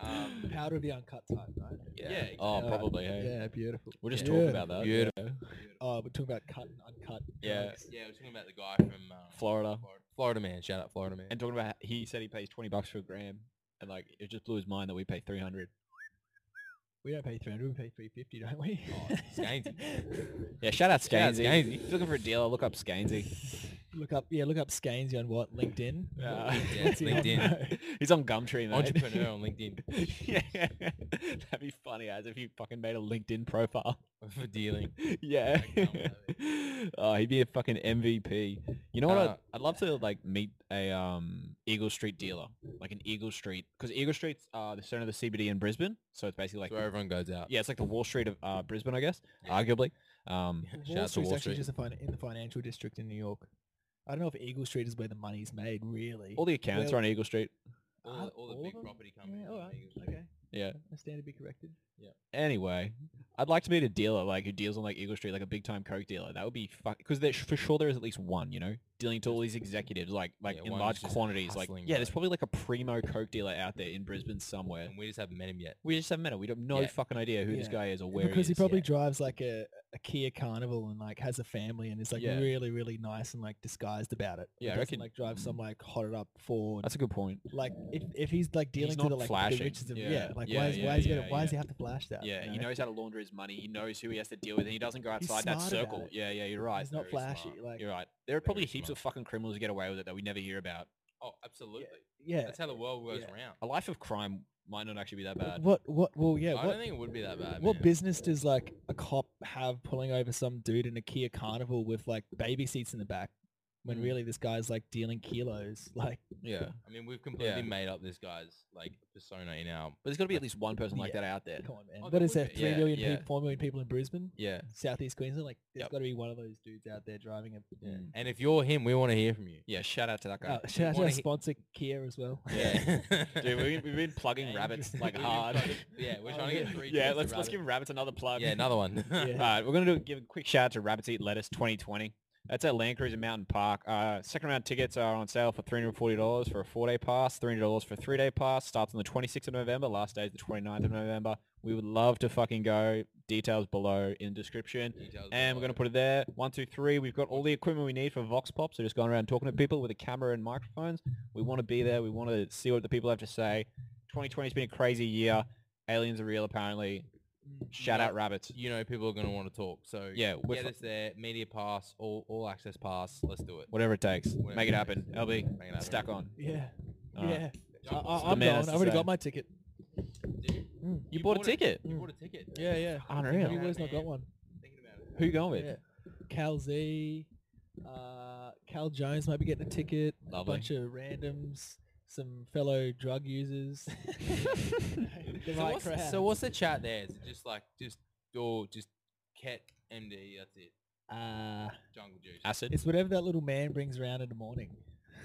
Um, Powder would be uncut type, right? yeah. Oh, Yeah. probably. Hey. Yeah, beautiful. We're just Yeah. talking about that. Beautiful. yeah. Oh, we're talking about cut and uncut. Yeah. drugs. yeah, we're talking about the guy from uh, Florida. Florida. Florida man. Shout out Florida man. And talking about, he said he pays twenty bucks for a gram, and like it just blew his mind that we pay three hundred. We don't pay 300, we pay 350, don't we? Oh, it's Gainsy. Yeah, shout out Shout out Scansy. Scansy. If you're looking for a dealer, look up Scansy. look up, yeah, look up Scanesy on what? LinkedIn? Uh, Yeah. Uh, Yeah, it's What's he on? LinkedIn. He's on Gumtree, mate. Entrepreneur on LinkedIn yeah. That'd be funny as if you fucking made a LinkedIn profile. for dealing. yeah. Okay, oh, he'd be a fucking MVP. You know what? Uh, I'd, I'd love to like meet a um Eagle Street dealer, like an Eagle Street, because Eagle Street's uh the center of the CBD in Brisbane, so it's basically like That's where everyone goes out. yeah, it's like the Wall Street of uh, Brisbane, I guess, Yeah. arguably. Um, Shout out to Street's Wall actually Street. just a fin- in the financial district in New York. I don't know if Eagle Street is where the money's made, really. all the accountants Well- are on Eagle Street. All, the- Ah, all the all big of 'em? property yeah, companies. all on right, Eagle Street. okay. Yeah. I stand to be corrected. Yeah. Anyway, I'd like to meet a dealer like who deals on like Eagle Street, like a big time coke dealer. That would be fuck because there's for sure there is at least one, you know, dealing to all these executives like like Yeah, in one large who's just quantities. Like hustling, yeah, there's bro. probably like a primo coke dealer out there in Brisbane somewhere. and we just haven't met him yet. We just haven't met him. We don't no Mm. Yeah. fucking idea who this Yeah. guy is or where because he he is. probably drives like a, a Kia Carnival and like has a family and is like Yeah. really really nice and like disguised about it. Yeah, I he reckon- mm. doesn't, like drive some like hotted up Ford. That's a good point. like if, if he's like dealing to not the like flashing. the riches of Yeah. yeah, like Yeah, why is, yeah, why is he yeah, gonna, why does yeah. he have to flash that? Yeah, you he know? knows how to launder his money. He knows who he has to deal with, and he doesn't go outside that smart about circle. it. Yeah, yeah, you're right. He's not Very flashy, smart. like- you're right. There are probably Very heaps of fucking criminals who get away with it that we never hear about. Oh, absolutely. Yeah. That's how the world goes Yeah. around. A life of crime might not actually be that bad. What what well yeah, I don't what think it would be that bad. what man. business does like a cop have pulling over some dude in a Kia Carnival with like baby seats in the back when Mm. really this guy's like dealing kilos? Like Yeah, I mean, we've completely Yeah. made up this guy's like persona in our. but there's got to be at least one person like Yeah. that out there. come on man. Oh, what there is would there? be. Three Yeah, million yeah. people four million people in Brisbane? Yeah, Southeast Queensland? Like there's Yep. Mm, gotta be one of those dudes out there driving a yeah. And if you're him, we want to hear from you. yeah shout out to that guy. Oh, shout out to wanna our hit- sponsor Kia as well. Yeah, Dude, we've, we've been plugging Yeah, rabbits interesting. like We've been hard. yeah, we're Oh, trying to get yeah. three. yeah, kids let's to let's rabbit. give rabbits another plug. Yeah, another one. All Yeah. right, we're gonna do, give a quick shout out to Rabbits Eat Lettuce 2020. That's our Land Cruiser Mountain Park. Uh, second round tickets are on sale for $340 for a four-day pass, $300 for a three-day pass. Starts on the 26th of November. Last day is the 29th of November. We would love to fucking go. Details below in the description. Details And we're below. going to put it there. One, two, three. We've got all the equipment we need for Vox Pop. So just going around talking to people with a camera and microphones. We want to be there. We want to see what the people have to say. 2020 has been a crazy year. Aliens are real, apparently. Mm, Shout out rabbits. You know, people are going to want to talk. So Yeah, we're get fu- us there. Media pass, all all access pass. Let's do it. Whatever it takes. Whatever Make it it happen. takes. LB, Make it happen. stack on. Yeah. All right. yeah. I, Jump I, on. I'm man has going. to I've already say. got my ticket. Dude, Mm. You bought a ticket. You Mm. bought a ticket. Yeah, yeah. Unreal. You Yeah, boys not got man. one. Thinking about it. Who you going with? Yeah. Cal Z, uh, Cal Jones might be getting a ticket. Lovely. A bunch of randoms, some fellow drug users. The so, right what's, crowd. so what's the chat there? Is it just like just or just Ket MD? That's it. uh, Jungle Juice. Acid. it's whatever that little man brings around in the morning.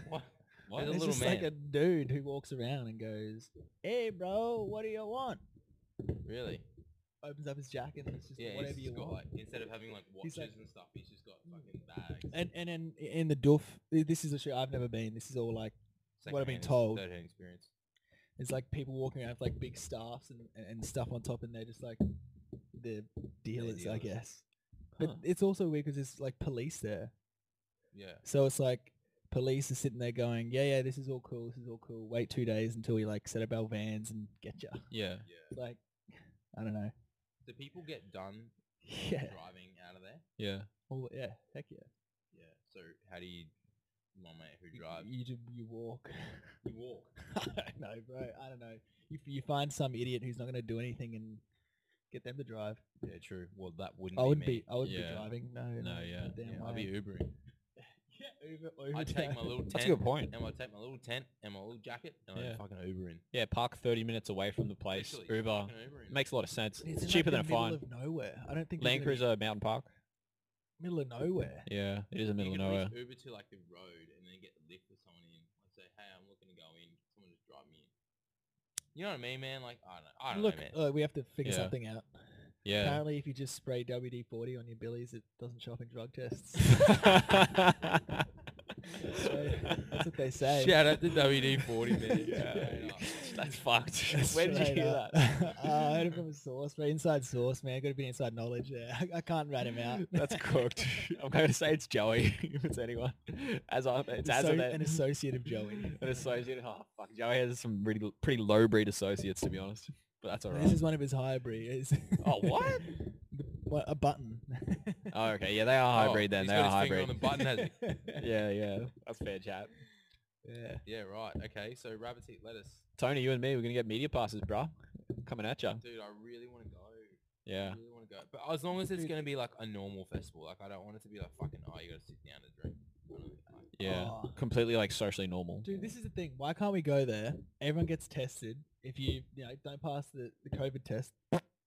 What? What? There's a it's little just like man. a dude who walks around and goes, "Hey, bro, what do you want?" Really? Opens up his jacket and it's just Yeah. he's whatever just you got, want. Like, instead of having like watches He's like- Mm. and stuff, he's just got fucking bags. And and then in the doof, th- this is a show I've never been. This is all like Eh, what I've been secondhand- told. Third-hand experience. it's like people walking around with like big staffs and, and, and stuff on top, and they're just like the dealers, I dealers. guess. But Huh. it's also weird because there's like police there. Yeah. So it's like police are sitting there going, "Yeah, yeah, this is all cool. This is all cool. Wait two days until we like set up our vans and get ya." Yeah. Yeah. It's Like, I don't know. Do people get done Yeah. driving out of there? Yeah. Oh yeah. Heck yeah. Yeah. So how do you, my mate who You- drives, You do, you walk. you walk. I don't know, bro. I don't know. You f- you find some idiot who's not gonna do anything and get them to drive. Yeah, true. Well, that wouldn't. I be wouldn't me. be. I wouldn't Yeah. be driving. No. No, yeah, Damn yeah I'd be Ubering. Yeah, Uber, Uber I take drive. my little tent. That's a good point. And I take my little tent and my little jacket and Yeah. I fucking Uber in. Yeah, park 30 minutes away from the place. Literally, Uber. fucking Uber in. Makes a lot of sense. And It's, in, like, cheaper the than a fine. Middle of nowhere. I don't think there's Land gonna be- Cruiser Mountain Park. Middle of nowhere. Yeah, it is the middle you of could nowhere. reach Uber to like the road and then get the lift with someone in. Like say, hey, I'm looking to go in. Someone just drive me in. You know what I mean, man? Like I don't know. I don't Look, know, man. uh, we have to figure Yeah. something out. Yeah. Apparently, if you just spray WD-40 on your billies, it doesn't show up in drug tests. so, that's what they say. Shout out to WD forty man. Yeah. Straight up. That's fucked. Where Straight did you hear up. Uh, that? I heard it from a source, right? Inside source, man. Got to be inside knowledge there. I, I can't rat him out. That's cooked. I'm going to say it's Joey, if it's anyone. As I, it's as Asso- of that. an associate of Joey. An associate. Oh, fuck. Joey has some really, l- pretty low breed associates, to be honest. But that's all This right. is one of his hybrids. Oh, what? The- what- a button. oh, okay. Yeah, they are hybrid Oh, then. he's They got are his finger hybrid. on the button, has he? yeah, yeah. That's fair chat. yeah. Yeah, right. Okay, so rabbits eat lettuce. Tony, you and me, we're going to get media passes, bruh. Coming at ya. Dude, I really want to go. Yeah. I really want to go. But as long as it's Dude. going to be like a normal festival, like I don't want it to be like fucking, oh, you got to sit down and drink. I don't know, like- Yeah. Oh. Completely like socially normal. Dude, this is the thing. Why can't we go there? Everyone gets tested. If you, you know, don't pass the, the COVID test,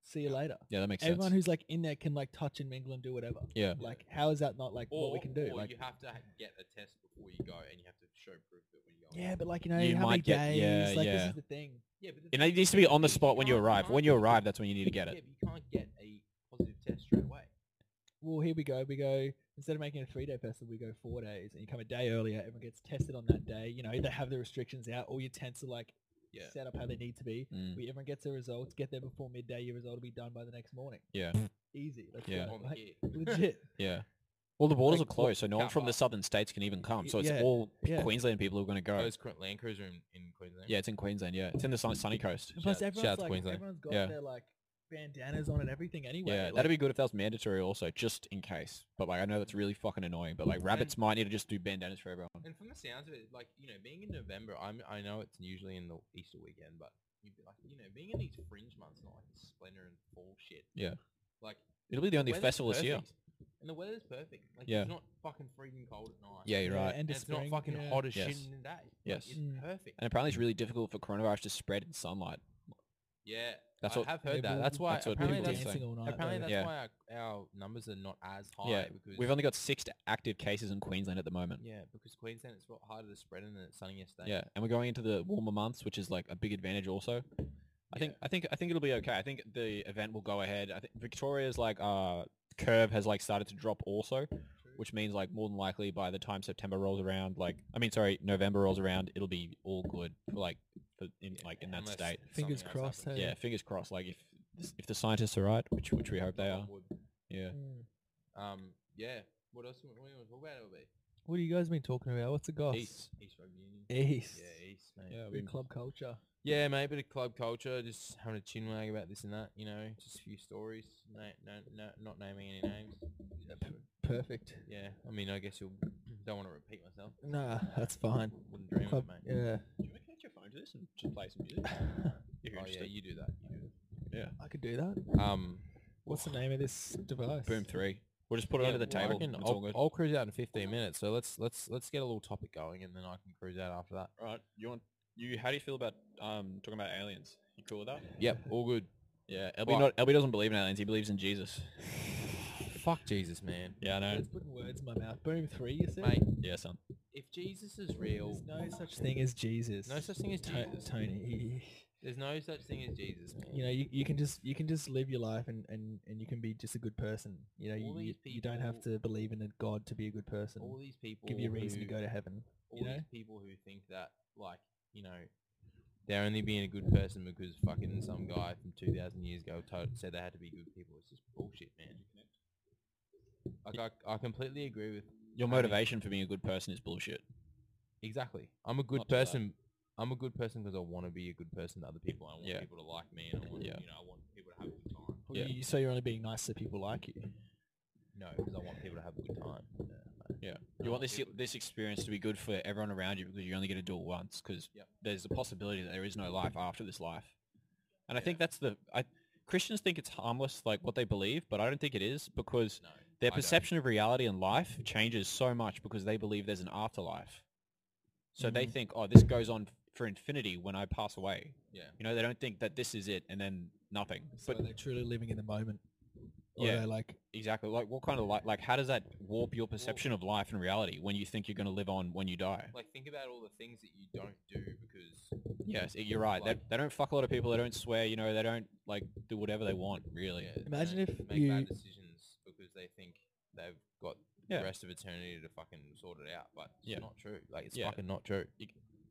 see you later. Yeah, that makes Everyone sense. who's like in there can like touch and mingle and do whatever. yeah. Like, how is that not like Or, what we can do? or Like, you have to ha- get a test before you go and you have to show proof that when you go. Yeah, but like you know, You how many might get- days? yeah, like yeah. this is the thing. yeah, but the And thing it needs is, to be on the you spot when you can't- arrive. can't When you get- arrive, that's when you need to get Yeah, it. but you can't get a positive test straight away. Well, here we go. We go instead of making a three-day festival, we go four days, and you come a day earlier. Everyone gets tested on that day. You know, they have the restrictions out. All your tents are like Yeah. set up how they need to be. Mm. We everyone gets their results. Get there before midday. Your result will be done by the next morning. Yeah, Easy. Let's Yeah. go. On Like, here. legit. yeah. Well, the borders Like, are closed, so no one can't from the buy. southern states can even come. Y- So it's yeah, all p- yeah. Queensland people who are going to go. Those current Land Cruiser in, in Queensland. yeah, it's in Queensland. Yeah, it's in the sun- sunny coast. And plus, Shout- shout out everyone's to like, Queensland. everyone's got Yeah. their like bandanas on and everything anyway. Yeah, like, that'd be good if that was mandatory also, just in case. But like, I know that's really fucking annoying. But like, rabbits might need to just do bandanas for everyone. And from the sounds of it, like you know, being in November, I'm I know it's usually in the Easter weekend, but you'd be like you know, being in these fringe months, not like the splendor and fall shit. Yeah. Like It'll be the only weather's festival this year. perfect, And the weather's perfect. Like Yeah. it's not fucking freezing cold at night. Yeah, you're yeah, right. End And of it's not spring, fucking yeah. hot as shit Yes. in the day. Like, Yes. it's Mm. perfect. And apparently, it's really difficult for coronavirus to spread in sunlight. Yeah. That's I what- have heard Yeah, that. but That's why that's what apparently people do People that's, say. dancing all night. apparently though. that's Yeah. why our, our numbers are not as high Yeah, because We've only got six active cases in Queensland at the moment. yeah, because Queensland it's a lot harder to spread in the sunniest day. Yeah, and we're going into the warmer months, which is like a big advantage also. I think I think I think it'll be okay. I think the event will go ahead. I think Victoria's like uh curve has like started to drop also, which means like more than likely by the time September rolls around, like I mean sorry, November rolls around, it'll be all good for like for in like in that Unless state. Fingers something else crossed, happens. hey. Yeah, fingers crossed. Like if this- if the scientists are right, which which we hope they Knock are. on wood. Yeah. Mm. Um, yeah. What else? do we- What do you want to talk about? LB? What have you guys been talking about? What's the goss? East, East Rugby Union. East. Yeah, East, Mm. mate. Yeah, Big we- club culture. Yeah, mate. Bit of club culture. Just having a chin wag about this and that. You know, just a few stories. No, no, no not naming any names. Perfect. Yeah. I mean, I guess you don't want to repeat myself. Nah, that's fine. Wouldn't dream Club, of it, mate. yeah. Do you want to connect your phone to this and just play some music? If you're Oh yeah, interested. you do that. You do I could do that. that. Um, What's the name of this device? Boom three. We'll just put it yeah, under the well, I table. can- It's all I'll, good. I'll cruise out in 15 minutes. So let's let's let's get a little topic going, and then I can cruise out after that. Right. You want you? How do you feel about um talking about aliens? You cool with that? Yep. All good. Yeah. LB Well- not LB doesn't believe in aliens. He believes in Jesus. Fuck Jesus, man. Yeah, I know. It's putting words in my mouth. Boom three, you said? Mate, Yeah, son. if Jesus is real, There's no such thing as Jesus. no such thing as To- Jesus. Tony. There's no such thing as Jesus, man. You know, you, you can just you can just live your life and, and, and you can be just a good person. You know, All you, you, these you don't have people- to believe in a God to be a good person. all these people Give you a reason to who- go to heaven. all you know? these people who think that like you know they're only being a good person because fucking some guy from 2000 years ago told, said they had to be good people. It's just bullshit, man. Like I, I completely agree with Your motivation for being a good person is bullshit. exactly. I'm a good Not too bad. person. I'm a good person because I want to be a good person to other people. I want Yeah. people to like me, and I want Yeah. you know I want people to have a good time. Well, Yeah. you, so you're only being nice to people like you. No, because I want people to have a good time. You want this It- this experience to be good for everyone around you because you only get to do it once. Because Yep. there's the possibility that there is no life after this life, and I think that's the I Christians think it's harmless, like what they believe, but I don't think it is because No, their I don't. perception of reality and life changes so much because they believe there's an afterlife. So they Mm-hmm. Mhm. think, oh, this goes on for infinity when I pass away. Yeah. You know, they don't think that this is it and then nothing. But But they're truly living in the moment. Or Yeah. they're like exactly, like what kind of like, like how does that warp your perception of life and reality when you think you're going to live on when you die? Like think about all the things that you don't do because Yes, you're right. They, Like- they don't fuck a lot of people. They don't swear. You know, they don't like do whatever they want. Really. Yeah, they Imagine don't if make bad you- decisions because they think they've got Yeah. the rest of eternity to fucking sort it out, but it's Yeah. not true. Like it's Yeah. fucking not true.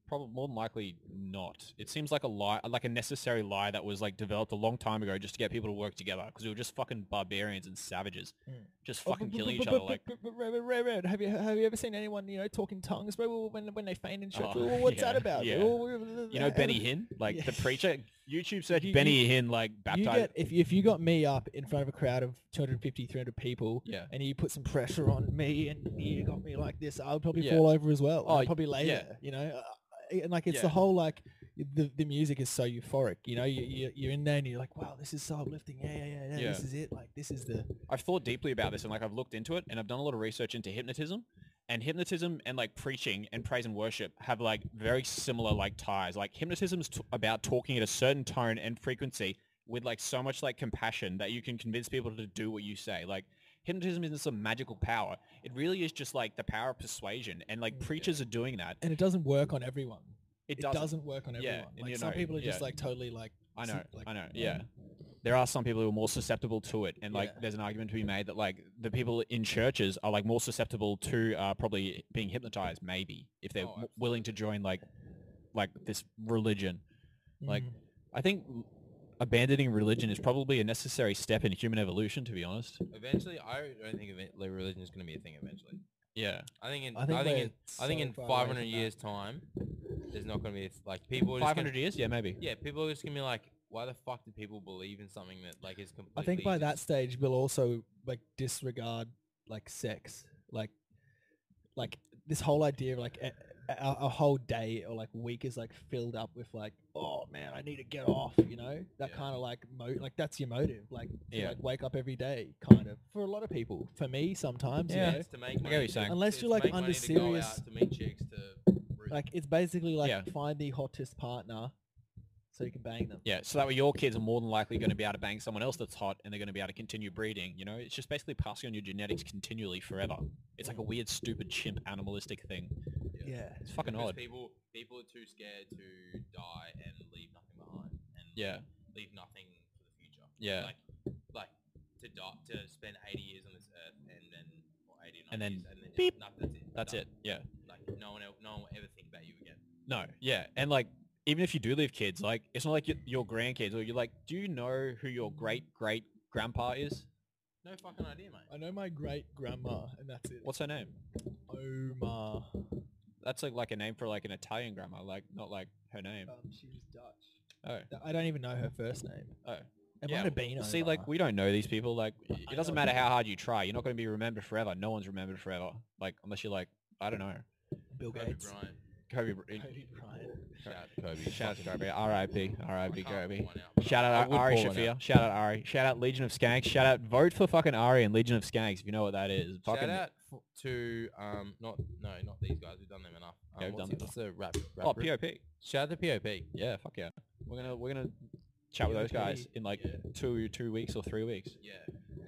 Probably more than likely not. It seems like a lie, like a necessary lie that was like developed a long time ago just to get people to work together because we were just fucking barbarians and savages, Mm. just Oh, fucking but- killing but- each but- other. Like, but- but- but- but- but- but- have you have you ever seen anyone you know talking tongues? Bro, well, when when they faint and shit, Oh, well, what's that yeah, about? yeah. Well, well, well, you know, uh, Benny you Hinn, like Yeah. the preacher. YouTube said You- you- Benny Hinn, like baptized. get if you, if you got me up in front of a crowd of 250, 300 people, yeah. and you put some pressure on me, and you got me like this, I would probably Yeah. fall over as well. Oh, I'd probably lay yeah. there, you know. Uh, And like it's Yeah. the whole like the the music is so euphoric, you know. You, you you're in there and you're like, wow, this is so uplifting. Yeah, yeah, yeah, yeah. Yeah. This is it. Like this is the I've thought deeply about this and like I've looked into it and I've done a lot of research into hypnotism and hypnotism and like preaching and praise and worship have like very similar like ties. Like hypnotism is t- about talking at a certain tone and frequency with like so much like compassion that you can convince people to do what you say. Like hypnotism isn't some magical power. It really is just like the power of persuasion, and like Mm, yeah. preachers are doing that. and it doesn't work on everyone. It It doesn't. doesn't, work on Yeah, everyone. and like you some know, people are just yeah. like totally like. I sim- know, like, I know, um, yeah. There are some people who are more susceptible to it, and like Yeah. there's an argument to be made that like the people in churches are like more susceptible to uh, probably being hypnotized, maybe if they're Oh, w- willing to join like like this religion. Like, mm. I think abandoning religion is probably a necessary step in human evolution, to be honest. Eventually, I don't think event- like, religion is going to be a thing. Eventually, Yeah. I think in I I think think, we're in, I think so in far away 500 from that. years time, there's not going to be a th- like people. Are just Five gonna- hundred years? Yeah, maybe. yeah, people are just going to be like, why the fuck do people believe in something that like is completely? I think by that just- stage we'll also like disregard like sex, like like this whole idea of like a, a- our, our whole day or like week is like filled up with like oh man I need to get off, you know that Yeah. kind of like mo like that's your motive, like to, Yeah. like wake up every day kind of for a lot of people. For me sometimes, Yeah. you Yeah, know? it's to make get money, what you're to- saying. Unless it's you're, to like, make under money to go serious- out to meet chicks to root. like it's basically like Yeah. find the hottest partner so you can bang them. Yeah, so that way your kids are more than likely going to be able to bang someone else that's hot, and they're going to be able to continue breeding. You know, it's just basically passing on your genetics continually forever. It's like a weird, stupid chimp animalistic thing. Yeah. It's fucking because odd. People people are too scared to die and leave nothing behind and Yeah, leave nothing for the future. Yeah. Like like to die, to spend 80 years on this earth and then or 80 or And 90 then years, and then beep. no, that's it. that's done. it. Yeah. Like no one el no one will ever think about you again. No, yeah, and like even if you do leave kids, like it's not like your, your grandkids or you're like, do you know who your great great grandpa is? No fucking idea, mate. I know my great grandma, and that's it. What's her name? Omar? Um, That's like like a name for like an Italian grandma, like not like her name. Um, she was Dutch. Oh, Th- I don't even know her first name. Oh. It Yeah, might have been. see, like Omar. we don't know these people. Like y- I it doesn't know. matter how hard you try, you're not going to be remembered forever. No one's remembered forever. Like unless you're like, I don't know, Bill Kobe Gates. Bryant. Kobe. Br- Kobe Bryant. Shout out to Kobe. Shout out to Fucking- Kobe. R.I.P. I R.I.P. can't pull Kobe. one out, but Shout I- I out would Ari pull one Shafir. Shout out Ari. Shout out Legion of Skanks. Shout out vote for fucking Ari and Legion of Skanks if you know what that is. Fucking Shout out f- to um not no not these guys we've done them enough. Um, Yeah, we've done what's, the- them what's the rap, rap oh group? POP. Shout out to POP. Yeah, fuck yeah. We're gonna we're gonna chat with those guys in like Yeah. two two weeks or three weeks. Yeah.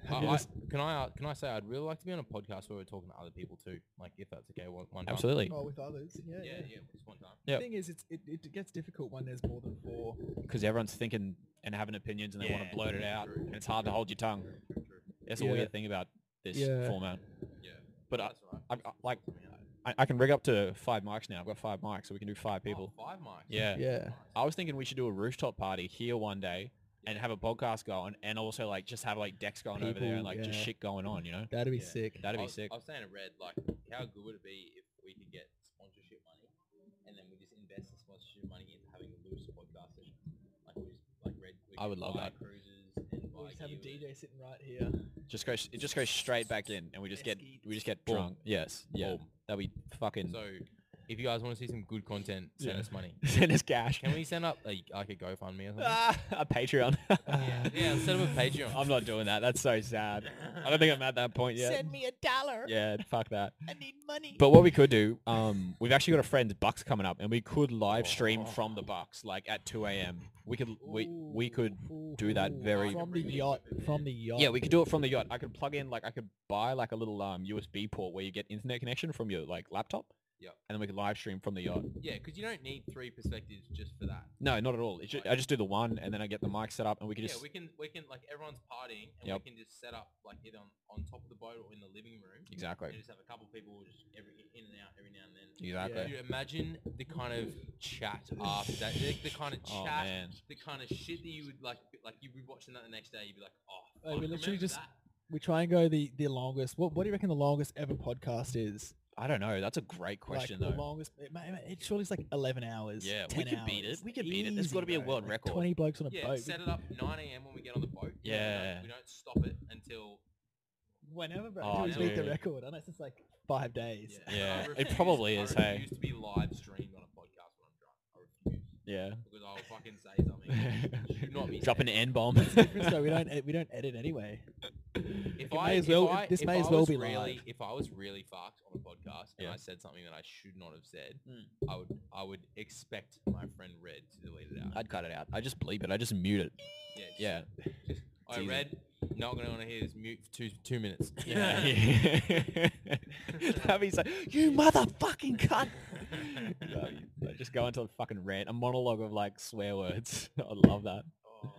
Have I, you I, lis- can I uh, can I say I'd really like to be on a podcast where we're talking to other people too, like if that's okay. One, one time. Absolutely. oh, with others. Yeah. Yeah, yeah. yeah, just one time. The Yep. thing is, it's, it, it gets difficult when there's more than four. Because everyone's thinking and having opinions and they want Yeah. to blurt it out, True, and it's hard to hold your tongue. True, true. That's Yeah. a weird thing about this Yeah. format. Yeah. But I, that's all right. I- Just I- like- talk to me out. I, I can rig up to five mics now. I've got five mics, so we can do five Oh, people. five mics. Yeah. Yeah. I was thinking we should do a rooftop party here one day and have a podcast going, and also like just have like decks going over there and People, like just yeah. shit going on. You know, That'd be Yeah. sick. that'd I be was, sick. I was saying to Red, like, how good would it be if we could get sponsorship money, and then we just invest the sponsorship money into having loose podcast sessions, like we just like Red. We I could would love that. buy Cruises and We buy just have a gear with it. DJ sitting right here. Just go. It just goes straight back in, and we just get we just get Boom. drunk. Yes. Yeah. Boom. That'd be fucking. So, if you guys want to see some good content, send Yeah. us money. Send us cash. Can we send up like, like a GoFundMe or something? Ah, a Patreon. yeah, yeah, instead of a Patreon. I'm not doing that. That's so sad. I don't think I'm at that point yet. me a dollar. yeah, fuck that. I need money. But what we could do, um, we've actually got a friend's Bucks coming up, and we could live stream Oh. from the Bucks, like at 2 a.m. We could we we could do that very- from the yacht. From the yacht. yeah we could do it from the yacht. I could plug in like I could buy like a little um USB port where you get internet connection from your like laptop. Yep. And then we could live stream from the yacht. Yeah, because you don't need three perspectives just for that. No, not at all. It's ju- I just do the one, and then I get the mic set up, and we could yeah, just we can we can like everyone's partying and Yep. we can just set up like either on, on top of the boat or in the living room exactly and just have a couple people just every in and out every now and then. exactly. Dude, imagine the kind of chat after that, the, the kind of Oh chat, man. the kind of shit that you would like, like you'd be watching that the next day, you'd be like, oh, Like, fuck, we literally remember just- that? We try and go the the longest. What what do you reckon the longest ever podcast is? I don't know. That's a great question like, though. The longest, it, ma- ma- it surely is like eleven hours. Yeah, 10 we could beat hours. it. We could beat it. There's Easy, gotta be a bro. world Like, record. Twenty blokes on a yeah, boat. set it up 9 a.m. when we get on the boat. you know, we don't- Yeah. we don't stop it until whenever, bro. Oh, until we beat the dude. record, unless it's like five days. Yeah, I it refuse- probably I is, hey. refuse to be live streamed on a podcast when I'm drunk. I refuse Yeah. because I'll fucking say something. that Should not be. Drop an said. N bomb. so we don't ed- we don't edit anyway. If may I, as if well- I- this if may I as well was be really, live. If I was really fucked on a podcast and Yeah. I said something that I should not have said, Mm. Hmm. I would I would expect my friend Red to delete it out. I'd cut it out. I just bleep it. I just mute it. yeah, just- Yeah. just I easy. read. Not going to want to hear this mute for two two minutes. Yeah. That'd be so, you motherfucking cunt. No, you- no, just go into a fucking rant, a monologue of like swear words. I love that. oh man,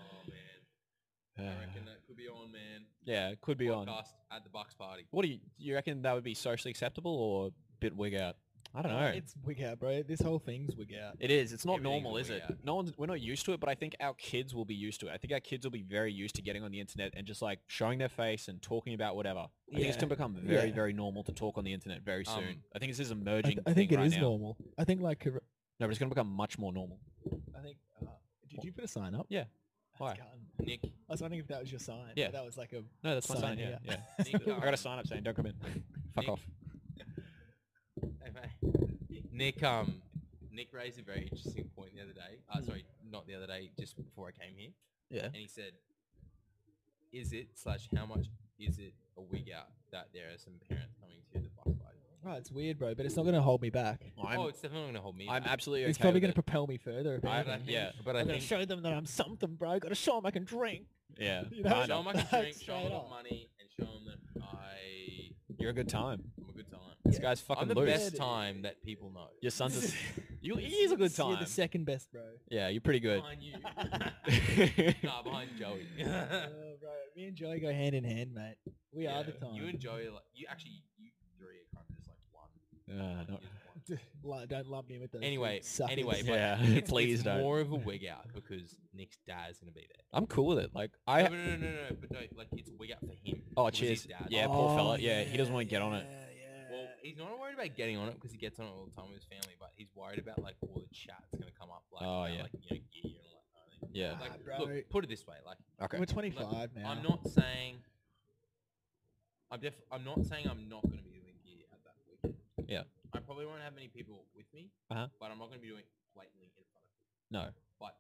I reckon that could be on, man. yeah, it could be on. Podcast at the Bucks party. What do you you reckon that would be socially acceptable or a bit wig out? I Uh, don't know. It's wig out, bro. This whole thing's wig out. It is. It's not Everything's normal, a is wig it? out. No one's. We're not used to it, but I think our kids will be used to it. I think our kids will be very used to getting on the internet and just like showing their face and talking about whatever. I think it's Yeah. going to become very, Yeah. very normal to talk on the internet very soon. Um, I think this is I, emerging. th- I think thing it right is now. normal. I think like cor- No, but it's going to become much more normal. I think. Uh, did you put a sign up? Yeah. That's Why? gotten- Nick, I was wondering if that was your sign. Yeah. That was like a. No, that's my Sign, sign. Yeah, yeah. yeah. Nick, I got a sign up saying, "Don't come in." Fuck Nick. off. Hey, mate. Nick, um, Nick raised a very interesting point the other day. Uh, sorry, not the other day, just before I came here. Hmm. Yeah. And he said, "Is it slash how much is it a wig out that there are some parents coming to the Bucks party?" Oh, it's weird, bro. But it's not gonna hold me back. I'm, oh, it's definitely going to hold me. I'm back. absolutely. It's okay probably with gonna it. propel me further. if But I anything. think, yeah, but I I'm gonna think show them that I'm something, bro. I gotta show them I can drink. Yeah, you know, kind show of. them I can Like, drink, show them straight I've got up. money, and show them that I You're a good time. am a good time. This guy's fucking I'm the loose. best time that people know. Your son's. A, you, he is a good time. You're the second best, bro. yeah, you're pretty good. Behind you. nah, behind Joey. Oh, bro. Me and Joey go hand in hand, mate. We are the Yeah, time. You and Joey, are like, you actually, you three are kind of just like one. Uh, not- Just one. Li- don't lump me with those. two Anyway, suckers. anyway, but Yeah, it's- it's please don't. More of a wig out because Nick's dad's gonna be there. I'm cool with it. Like I, I. no, but no, no, no, no, but no, like it's a wig out for him. oh, because cheers. his dad- Yeah, poor Oh, fella. Yeah, he doesn't want to get on it. yeah, Well, he's not worried about getting on it because he gets on it all the time with his family, but he's worried about like all the chat that's gonna come up, like, Oh, about, yeah. like you know, gear and all that kind of thing. Yeah. Like, Ah, bro. look, put it this way, like Okay. We're 25 now. I'm not saying, I'm def, I'm not saying I'm not gonna be doing gear at that weekend. Yeah. I probably won't have many people with me, Uh-huh. but I'm not gonna be doing it blatantly in front of people. No, But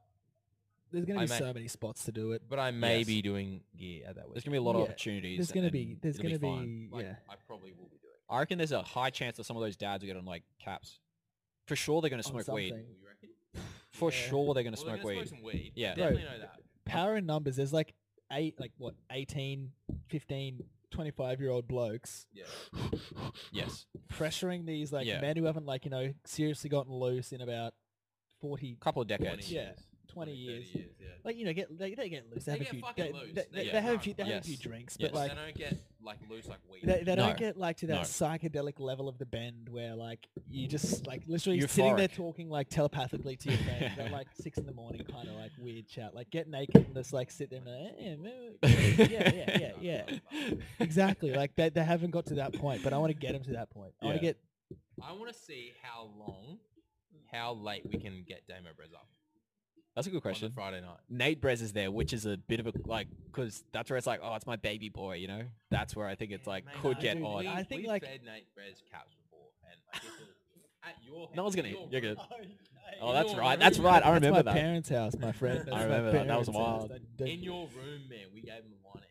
There's gonna I be may- so many spots to do it. but I may Yes. be doing gear at that weekend. there's gonna be a lot of Yeah, opportunities. There's gonna and be. There's it'll be gonna fine. be. like, yeah. I probably will be doing. I reckon there's a high chance that some of those dads will get on like caps. For sure, they're gonna On smoke weed. it. something. You reckon? For Yeah. sure, they're gonna Well, smoke they're gonna weed. Smoke some weed. Yeah. Bro, definitely know that. Power in numbers. There's like eight, like what, 18, 15, 25 year old blokes Yeah. Yes. pressuring these like Yeah. men who haven't like you know seriously gotten loose in about 40 couple of 20 decades. Yeah. years, 20 years. 30 years. Yeah. like you know get they, they get loose they, They have get a few fucking they, loose. they, They they, get they have a drunk, few they have a few yes. drinks Yes. but like they don't get like loose like weed. they, they No. don't get like to that No. psychedelic level of the bend where like you just like literally sitting there Euphoric. talking like telepathically to your friends at like six in the morning kind of like weird chat like get naked and just like sit there and like, "Eh, meh, eh, yeah yeah yeah yeah exactly like they, they haven't got to that point but I want to get them to that point I want Yeah. to get I want to see how long, how late we can get Damo Brez up That's a good on question. the Friday night. Nate Brez is there, which is a bit of a like, because that's where it's like, oh, it's my baby boy, you know. That's where I think it's Yeah, like mate, could nah, get dude, odd. We, I think, we like- fed Nate Brez caps before, and I guess it was at your. No one's gonna. your You're good. room. Oh, that's your right. room. That's right. I That's remember my that. parents' house, my friend. I That's my remember that. That was parents' house. wild. That- that- In your room, man, we gave him the line.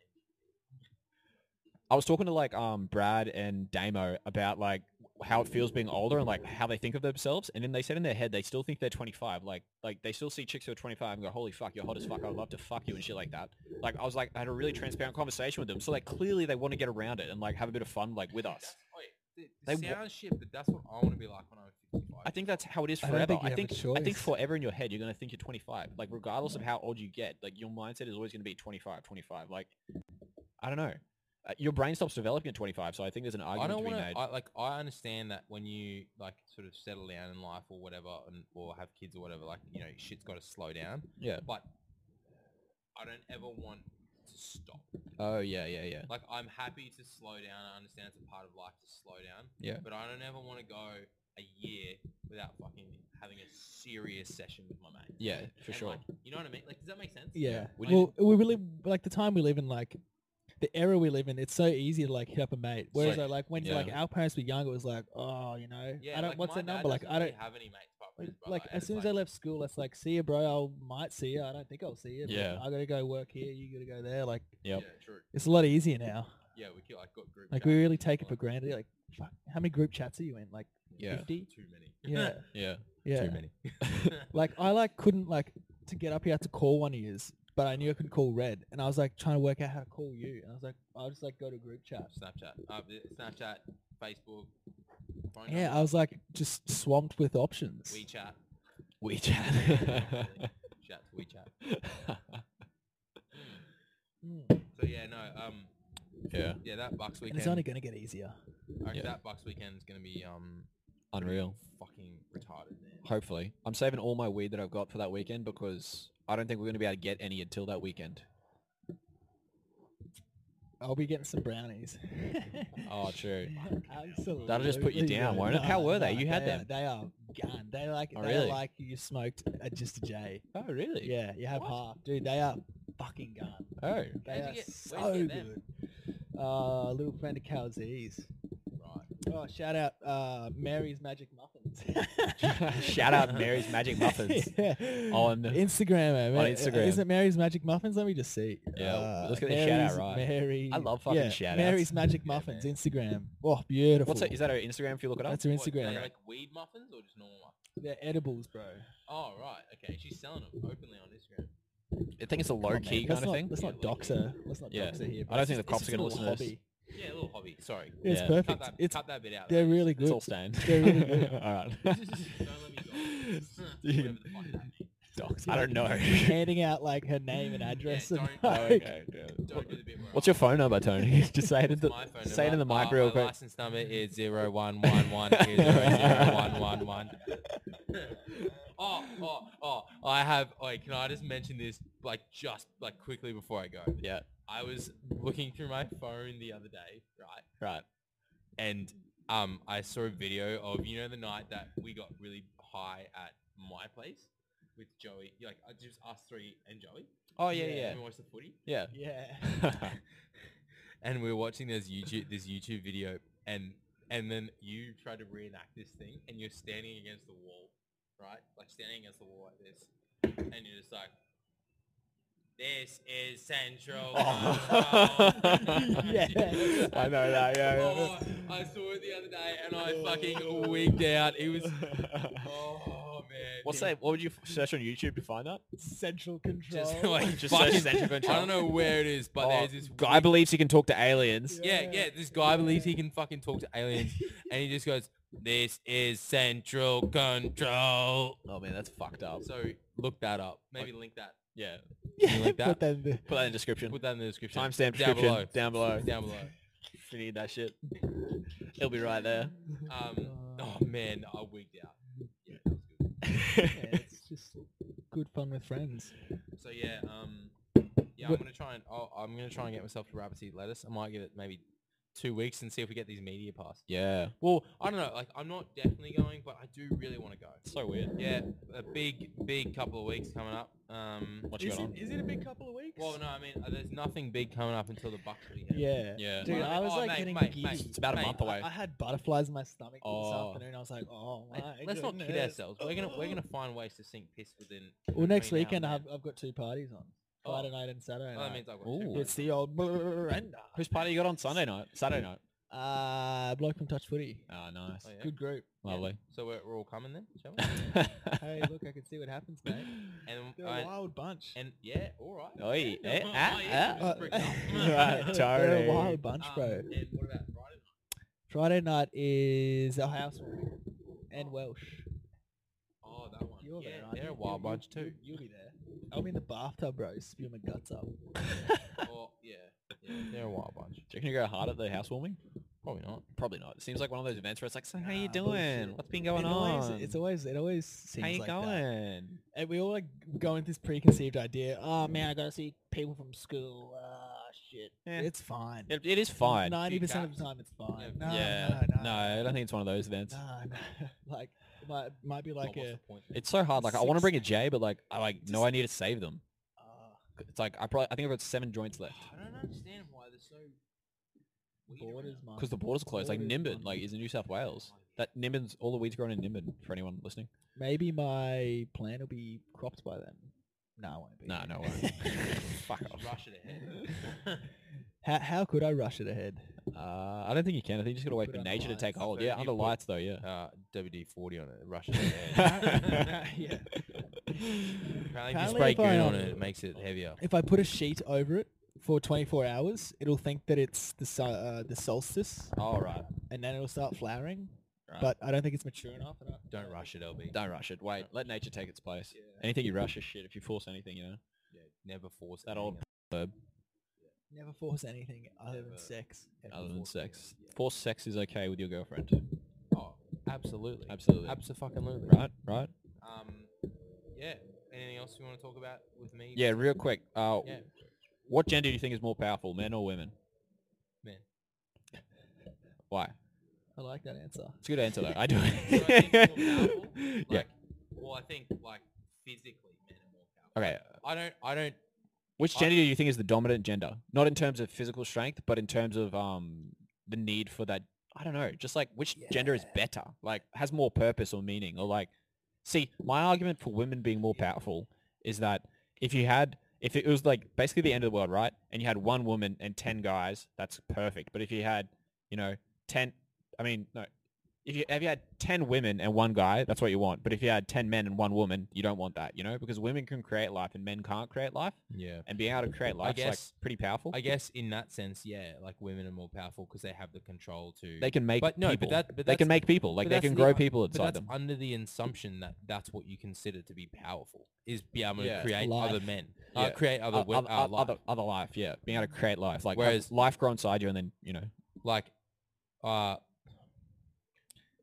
I was talking to like um Brad and Damo about like how it feels being older and like how they think of themselves, and then they said in their head they still think they're 25. Like like they still see chicks who are 25 and go, holy fuck, you're hot as fuck. I'd love to fuck you and shit like that. Like I was like, I had a really transparent conversation with them, so like clearly they want to get around it and like have a bit of fun like with us. That's, oh, yeah, the, the They wa- sound shit, but that's what I want to be like when I'm 55. I think that's how it is I don't forever. think I you have a think I think choice. forever in your head you're going to think you're 25. Like regardless of how old you get, like your mindset is always going to be 25, 25. Like I don't know. Uh, Your brain stops developing at 25, so I think there's an I argument don't to be want made. to. I, like I understand that when you like sort of settle down in life or whatever, and or have kids or whatever, like you know, shit's got to slow down. Yeah. But I don't ever want to stop. Oh yeah, yeah, yeah. Like I'm happy to slow down. I understand it's a part of life to slow down. Yeah. But I don't ever want to go a year without fucking having a serious session with my mate. Yeah, for And, sure. like, you know what I mean? Like, does that make sense? yeah. Would well, we really like the time we live in, like the era we live in. It's so easy to like hit up a mate. Whereas, uh, like- like, when yeah. like our parents were young, it was like, oh, you know, Yeah. I don't. like, what's my the dad number? Like, doesn't I really don't. have any mates. apart from Like, his brother, like, and as it's soon as I left school, it's like, see you, bro. I might see you. I don't think I'll see you. but Yeah. I gotta go work here. You gotta go there. Like, Yep. Yeah, true. it's a lot easier now. Yeah, we could, like got group. Like, chats we and really shit take it like for granted. Like, fuck, how many group chats are you in? Like, Yeah. fifty? Too many. Yeah. Yeah. Yeah. many. Like I like couldn't like to get up here I had to call one of yous but I knew I could call Red, and I was like trying to work out how to call you, and I was like, I'll just like go to group chat. Snapchat, uh, Snapchat, Facebook, phone Yeah, number, I was like just swamped with options. WeChat, WeChat. chat to WeChat. Mm. So yeah, no, um, Yeah. yeah, that Bucks And weekend. it's only gonna get easier. I reckon Yeah. That Bucks weekend is gonna be um Unreal. fucking retarded. Man. Hopefully. I'm saving all my weed that I've got for that weekend because I don't think we're going to be able to get any until that weekend. I'll be getting some brownies. Oh, true. Absolutely. That'll just put you down, bro. won't it? How were they? nah, You had they are- them. they are gone. They like Oh, they really? are like you smoked uh, just a J. Oh, really? Yeah, you have What? half, dude. They are fucking gone. Oh. They Where'd are you get- so where'd you get good. Uh, little friend of Calzee's. Right. Oh, shout out uh, Mary's Magic Muffins. Shout out Mary's Magic Muffins Yeah. On Instagram, man. Ma- uh, Instagram. Isn't Mary's Magic Muffins? Let me just see. Yeah, Uh, let's get the shout out Mary's- right. Mary. I love fucking yeah, shout Mary's Magic Yeah, Muffins Instagram. Oh, beautiful. What's that? Is that her Instagram if you look it up? That's her What, they Instagram. like weed muffins or just normal muffins? They're edibles, bro. Oh right, okay. She's selling them openly on Instagram. I think it's a Come low on, key man. kind Let's of not- thing. Let's not Yeah, like- dox her. Let's not Yeah. dox her here. I don't It's think the just- cops it's are gonna just a listen to little this. Yeah, a little hobby. Sorry. hobby. It's Yeah. Cut perfect. that, It's cut that bit out. they're mate. really It's good. all staying. They're really good. All right. Don't let me go. You Whatever the fuck that means. Docs. I don't know. handing out like her name and address. Yeah, and, don't- Oh, like, okay. Don't do the bit where What's I'm your phone number, Tony? Just say it in What's the my phone say it in the number? mic Uh, real my quick. license number is zero one one one zero zero one one one. Oh, oh, oh! I have. Wait, can I just mention this, like, just like quickly before I go? Yeah. I was looking through my phone the other day, right, Right. and um, I saw a video of you know the night that we got really high at my place with Joey, like uh, just us three and Joey. Oh yeah, yeah, And we watched the footy. yeah, yeah. yeah. and we were watching this YouTube this YouTube video, and and then you tried to reenact this thing, and you're standing against the wall, right? Like standing against the wall like this, and you're just like, "This is Central." Oh. Control." Yeah. I know that. Yeah. Oh, I saw it the other day, and I fucking Oh. wigged out. It was. Oh man. What's that? What would you f- search on YouTube to find that? Central control. Oh. Just like Just fucking- search Central Control. I don't know where it is, but Oh, there's this guy believes he can talk to aliens. Yeah, yeah. This guy believes he can fucking talk to aliens, and he just goes, "This is central control." Oh man, that's fucked up. So look that up. Maybe link that. Yeah. Something like Put that. that in the- Put that in the description. Put that in the description. Timestamp down description below. down below. Down below. If you need that shit, it'll be right there. Um, oh man, I wigged out. Yeah, that was good. yeah, it's just good fun with friends. So yeah, um, yeah, I'm But- gonna try and oh, I'm gonna try and get myself to rabbit seed lettuce. I might give it maybe two weeks and see if we get these media passes. Yeah. Well, I don't know. Like, I'm not definitely going, but I do really want to go. So weird. Yeah, a big, big couple of weeks coming up. Um, What you got on? is it a big couple of weeks? well, no, I mean, uh, there's nothing big coming up until the Bucks weekend. yeah. Yeah. Dude, Mate, I was oh, like mate, getting mate, giddy. mate, It's about a mate, month away. I had butterflies in my stomach Oh. this afternoon. I was like, oh Mate, my let's not kid goodness. ourselves. We're gonna we're gonna find ways to sink piss within. Well, next between now weekend and I've, then. I've got two parties on Oh. Friday night and Saturday Well, that night. means I've got Ooh. two. means- It's the old Miranda. Whose party you got on Sunday night? Saturday night. Uh, bloke from Touch Footy. Oh, nice. Oh, yeah. Good group. Lovely. So we're, we're all coming then, shall we? Hey, look, I can see what happens, mate. And They're a I- wild bunch. and yeah, all right. Oi, Yeah, eh, no, ah, oh, yeah, ah. it's bricked up. Right, They're Tony. Uh, a wild bunch, Um, bro. And what about Friday? night? Friday night is our house warming and Welsh. Oh, that one. You're yeah, there, aren't they're you? a wild You- bunch you- too. You'll be there. I'll be in the bathtub, bro. Spew my guts up. oh, yeah, yeah, Oh, they're a wild bunch. Do you reckon you go hard at the housewarming? Probably not. Probably not. It seems like one of those events where it's like, so how you Nah, doing? bullshit. What's been going It on? Always, it's always it always seems how you like going? That. And we all like go with this preconceived idea. Oh man, I gotta see people from school. Ah shit, Eh. it's fine. It, it is fine. Ninety percent of caps. the time, it's fine. Yeah. No, yeah. no, no, I don't think it's one of those events. no, no. like it might might be Oh, like uh, what's a the point? It's so hard. Like I want to Six- bring a J, but like I like no, Just- I need to save them. uh, It's like I probably I think I've got seven joints left I don't understand why they're so weird borders, around. man. because the border's closed. Like Borders, Nimbin, man. like is in New South Wales. That Nimbin's all the weed's grown in Nimbin. For anyone listening, Maybe my plan will be cropped by then. No, I won't be. nah, no way. Fuck Just off. Rush it ahead. How, how could I rush it ahead? Uh, I don't think you can. I think you just gotta You wait put for it under nature to lights. take hold. Okay, Yeah, you under put- lights though. Yeah. uh, WD forty on it. Rush it ahead. yeah. Apparently, if you Apparently spray if I, goon on um, it, it makes it heavier. If I put a sheet over it for 24 hours, it'll think that it's the sol- uh, the solstice, Oh, All right. and then it'll start flowering. Right. But I don't think it's mature enough. and I- Don't rush it, LB. Don't rush it. Wait. Let nature take its place. Yeah. Anything you rush is shit. If you force anything, you know. Yeah, never force That old anything verb. Never force anything other than Never. sex. Other Force than it, sex. yeah. Force sex is okay with your girlfriend. Oh, absolutely. Absolutely. Absolutely. Right. Right. Um, yeah. Anything else you want to talk about with me? Yeah. Real quick. Uh, Yeah. What gender do you think is more powerful, men or women? Men. Why? I like that answer. It's a good answer though. I do. Do I think it's more powerful? Like, Yeah. Well, I think like physically, men are more powerful. Okay. I don't. I don't. Which I- gender do you think is the dominant gender? Not in terms of physical strength, but in terms of um the need for that. I don't know. Just like which gender is better, like has more purpose or meaning, or like. See, my argument for women being more powerful is that if you had, if it was like basically the end of the world, right? And you had one woman and ten guys, that's perfect. But if you had, you know, ten, I mean, no. If you, if you had 10 women and one guy, that's what you want. But if you had 10 men and one woman, you don't want that, you know? Because women can create life and men can't create life Yeah. and being able to create life like guess- pretty powerful. I guess in that sense, yeah, like women are more powerful because they have the control to. they can make But no, but people. that- but they that's- can make people. Like but they that's can the grow un- people but that's inside them. under the assumption that that's what you consider to be powerful is be able to Yeah. create Life. other men, uh, Yeah. create other, O- wo- other, uh, other- life. other other life, yeah. Being able to create life, like whereas Whereas- life grow inside you, and then you know, like uh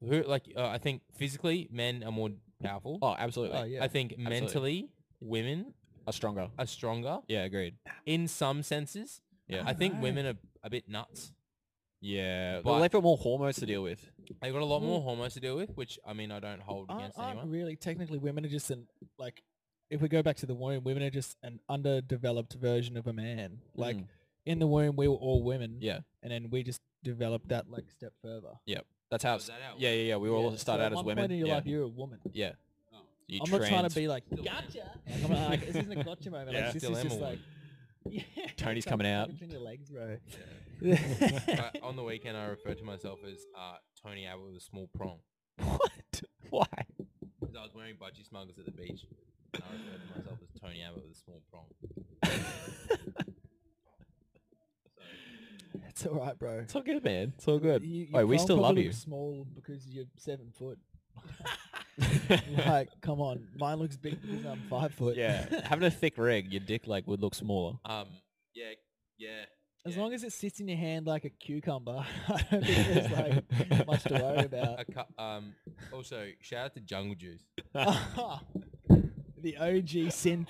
who like uh, I think physically men are more powerful. oh, absolutely, Oh, yeah. I think mentally women are stronger. are stronger Yeah, agreed. in some senses. Yeah, I think Alright. women are a bit nuts. yeah. Mm-hmm. But- Well, they've got more hormones to deal with. They've got a lot Mm. more hormones to deal with, which I mean I don't hold Aren't, against aren't anyone. really technically women are just an like. If we go back to the womb, women are just an underdeveloped version of a man. Like Mm. in the womb, we were all women. Yeah. and then we just developed that like step further. that's how. is that how it yeah, yeah, yeah. We all Yeah, start so at out as one women. Point in your yeah. life, you're a woman. yeah. You I'm not trying trans- to be like Still am. gotcha. Like, I'm not, like, this isn't a gotcha moment. Yeah. Like, this Still am is a just like woman. yeah, Tony's it's like coming out. between your legs, bro. Uh, on the weekend I referred to myself as uh, Tony Abbott with a small prong. What? Why? Because I was wearing budgie smugglers at the beach. And I referred to myself as Tony Abbott with a small prong. It's all right, bro. It's all good, man. It's all good. You, Oi, we can't still love probably you. look Small because you're seven foot. like, come on, mine looks big because I'm five foot. yeah, having a thick rig, your dick like would look smaller. Um, yeah, yeah. as yeah. long as it sits in your hand like a cucumber, I don't think there's like much to worry about. a cu- um, also shout out to Jungle Juice. the OG synth.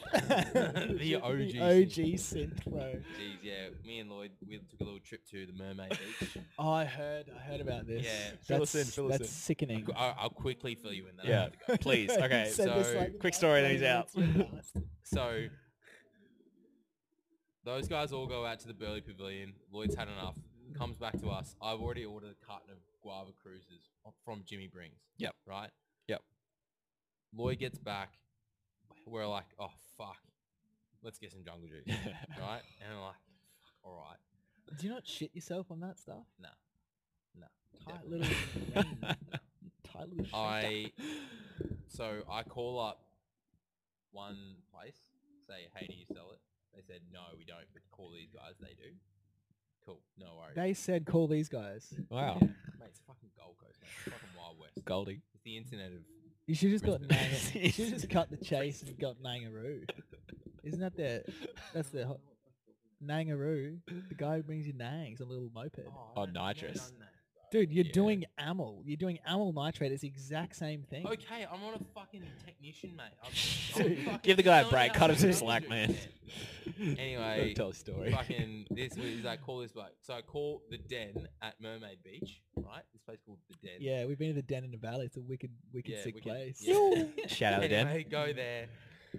The OG The synth. OG synth, bro. Jeez, yeah, me and Lloyd we took a little trip to the Mermaid Beach. Oh, I heard, I heard about this. Yeah. that's, Fill us in, fill us that's in. sickening. Qu- I'll, I'll quickly fill you in. That I Yeah. have to go. Please. Okay. Said this, so- like, Quick story, then he's 90 out. minutes ago. So those guys all go out to the Burley Pavilion. Lloyd's had enough. Comes back to us. I've already ordered a carton of guava cruises from Jimmy Brings. Yep. Right. Yep. Lloyd gets back. We're like, oh fuck, let's get some jungle juice, right? And I'm like, all right. Do you not shit yourself on that stuff? No. No, Tight little, ring, tight little. shit. I so I call up one place, say, hey, do you sell it? They said, no, we don't, but call these guys, they do. Cool, no worries. They said call these guys. Wow, Mate, it's fucking Gold Coast, mate. It's fucking Wild West. Goldie. It's the internet of... You should just got Brisbane. Nanga- you should just cut the chase and got Nangaroo. Isn't that their? That's their hot. Nangaroo, the guy who brings you nangs, a little moped. Oh, nitrous. Dude, you're yeah. doing amyl. You're doing amyl nitrate. It's the exact same thing. Okay, I'm on a fucking technician, mate. I'm, Dude, I'm fucking give the guy a selling break. out Cut him some jungle slack, juice. man. Yeah. Anyway, tell a story. fucking this was I call this bloke. So I call the den at Mermaid Beach, right? This place called the Den. Yeah, we've been to the den in the valley. It's a wicked, wicked sick we can- place. yeah. Shout out, Dan. Anyway, go there,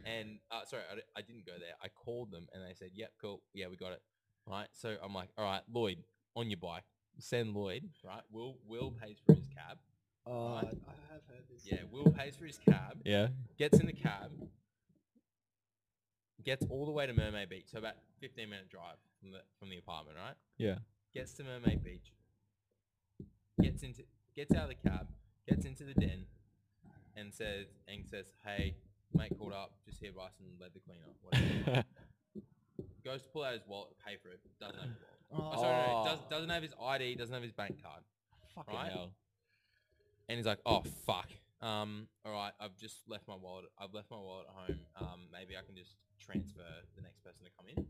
and uh, sorry, I, di- I didn't go there. I called them, and they said, "Yep, cool, yeah, we got it." Right, so I'm like, "All right, Lloyd, on your bike, send Lloyd." Right, Will Will pays for his cab. Oh, I Right. have heard this. Yeah, Will pays for his cab. Yeah. Gets in the cab. Gets all the way to Mermaid Beach, so about 15 minute drive from the from the apartment, right? Yeah. Gets to Mermaid Beach. Gets into gets out of the cab, gets into the den, and says and says, "Hey, mate called up, just here buy some leather cleaner. Whatever. Goes to pull out his wallet, to pay for it. Doesn't have his wallet. Oh, sorry, no, no, Oh. does, doesn't have his ID, doesn't have his bank card. Fucking right? hell. And he's like, "Oh fuck. Um, all right, I've just left my wallet. I've left my wallet at home. Um, maybe I can just transfer the next person to come in,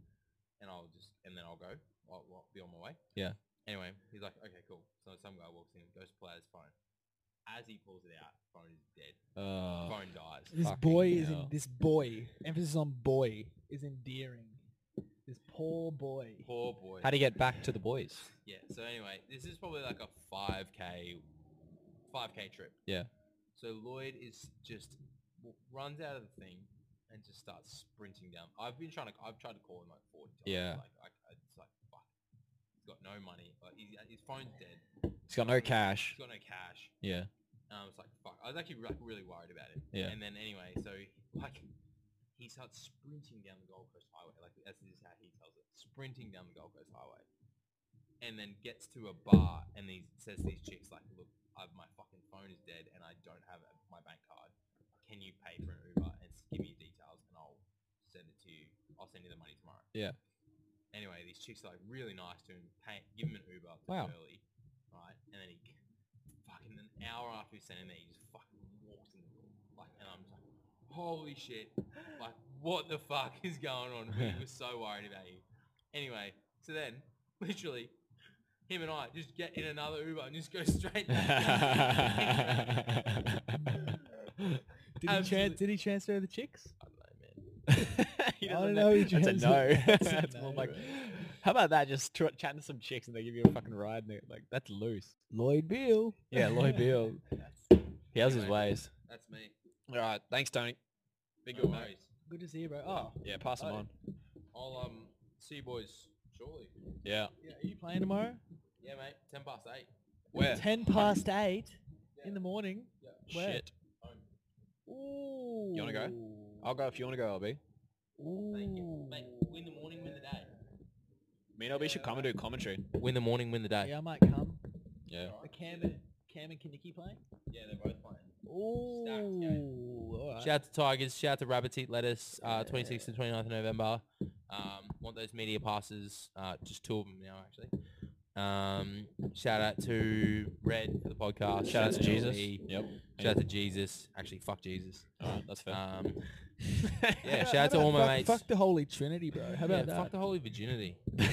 and I'll just and then I'll go. I'll, I'll be on my way." Yeah. Anyway, he's like, "Okay, cool." So some guy walks in, goes to play his phone. As he pulls it out, phone is dead. Uh, Phone dies. This Fucking boy is in, hell. this boy. Emphasis on boy is endearing. This poor boy. Poor boy. how do you get back to the boys? Yeah. So anyway, this is probably like a five k, five k trip. Yeah. So Lloyd is just w- runs out of the thing and just starts sprinting down. I've been trying to, I've tried to call him like forty times. Yeah. Like, I, I- it's like fuck. He's got no money. Like he's, his phone's dead. He's got no cash. He's got no cash. Yeah. And I was like, fuck. I was actually like really worried about it. Yeah. And then anyway, so like he starts sprinting down the Gold Coast Highway. Like that's this is how he tells it. Sprinting down the Gold Coast Highway. And then gets to a bar and he says to these chicks like, look, I've, my fucking phone is dead and I don't have a- my bank card. Can you pay for an Uber and s- give me your details and I'll send it to you. I'll send you the money tomorrow. Yeah. Anyway, these chicks are like really nice to him. Pay, give him an Uber. Wow. Early, right? And then he fucking an hour after we sent him there, he just fucking walks in the door. Like, and I'm just like, holy shit. Like, what the fuck is going on? We were so worried about you. Anyway, so then, literally, him and I just get in another Uber and just go straight back. Did he, tran Absolute- did he transfer the chicks? I don't know, man. He I doesn't don't know, he That's a just- no. that's a That's more no, like, right. how about that? Just tr- chatting to some chicks and they give you a fucking ride and they're like, that's loose. Lloyd Beale. Yeah, Lloyd Beal. That's, He has his Anyway. ways. that's me. All right. Thanks, Tony. Big good, no mate. worries. Good to see you, bro. Oh, Yeah, pass him Oh. on. I'll um, see you boys shortly. Yeah. yeah, are you playing tomorrow? Yeah, mate. 10 past 8. Where? Ten past eight Yeah. in the morning. Where? Shit. Home. Ooh. wanna go? I'll go if you want to go, LB. Ooh. Thank you. Mate, win the morning, win the day. Me and LB should come and do commentary. Win the morning, win the day. Yeah, I might come. Yeah. Are Cam and Cam and Kinnicky playing? Yeah, they're both playing. Ooh. All right. Shout out to Tigers. Shout out to Rabbits Eat Lettuce. Uh, 26th and 29th of November. Um, want those media passes? Uh, just two of them now, actually. Um, shout out to Red for the podcast. Ah, Shout out to Jesus. Uh, LE. Yep. Shout out to Jesus. Actually, fuck Jesus. Alright, that's fair. Um, How yeah, about- shout how out to about all my fuck, mates. Fuck the Holy Trinity, bro. How Yeah, fuck about that? the holy virginity. Um,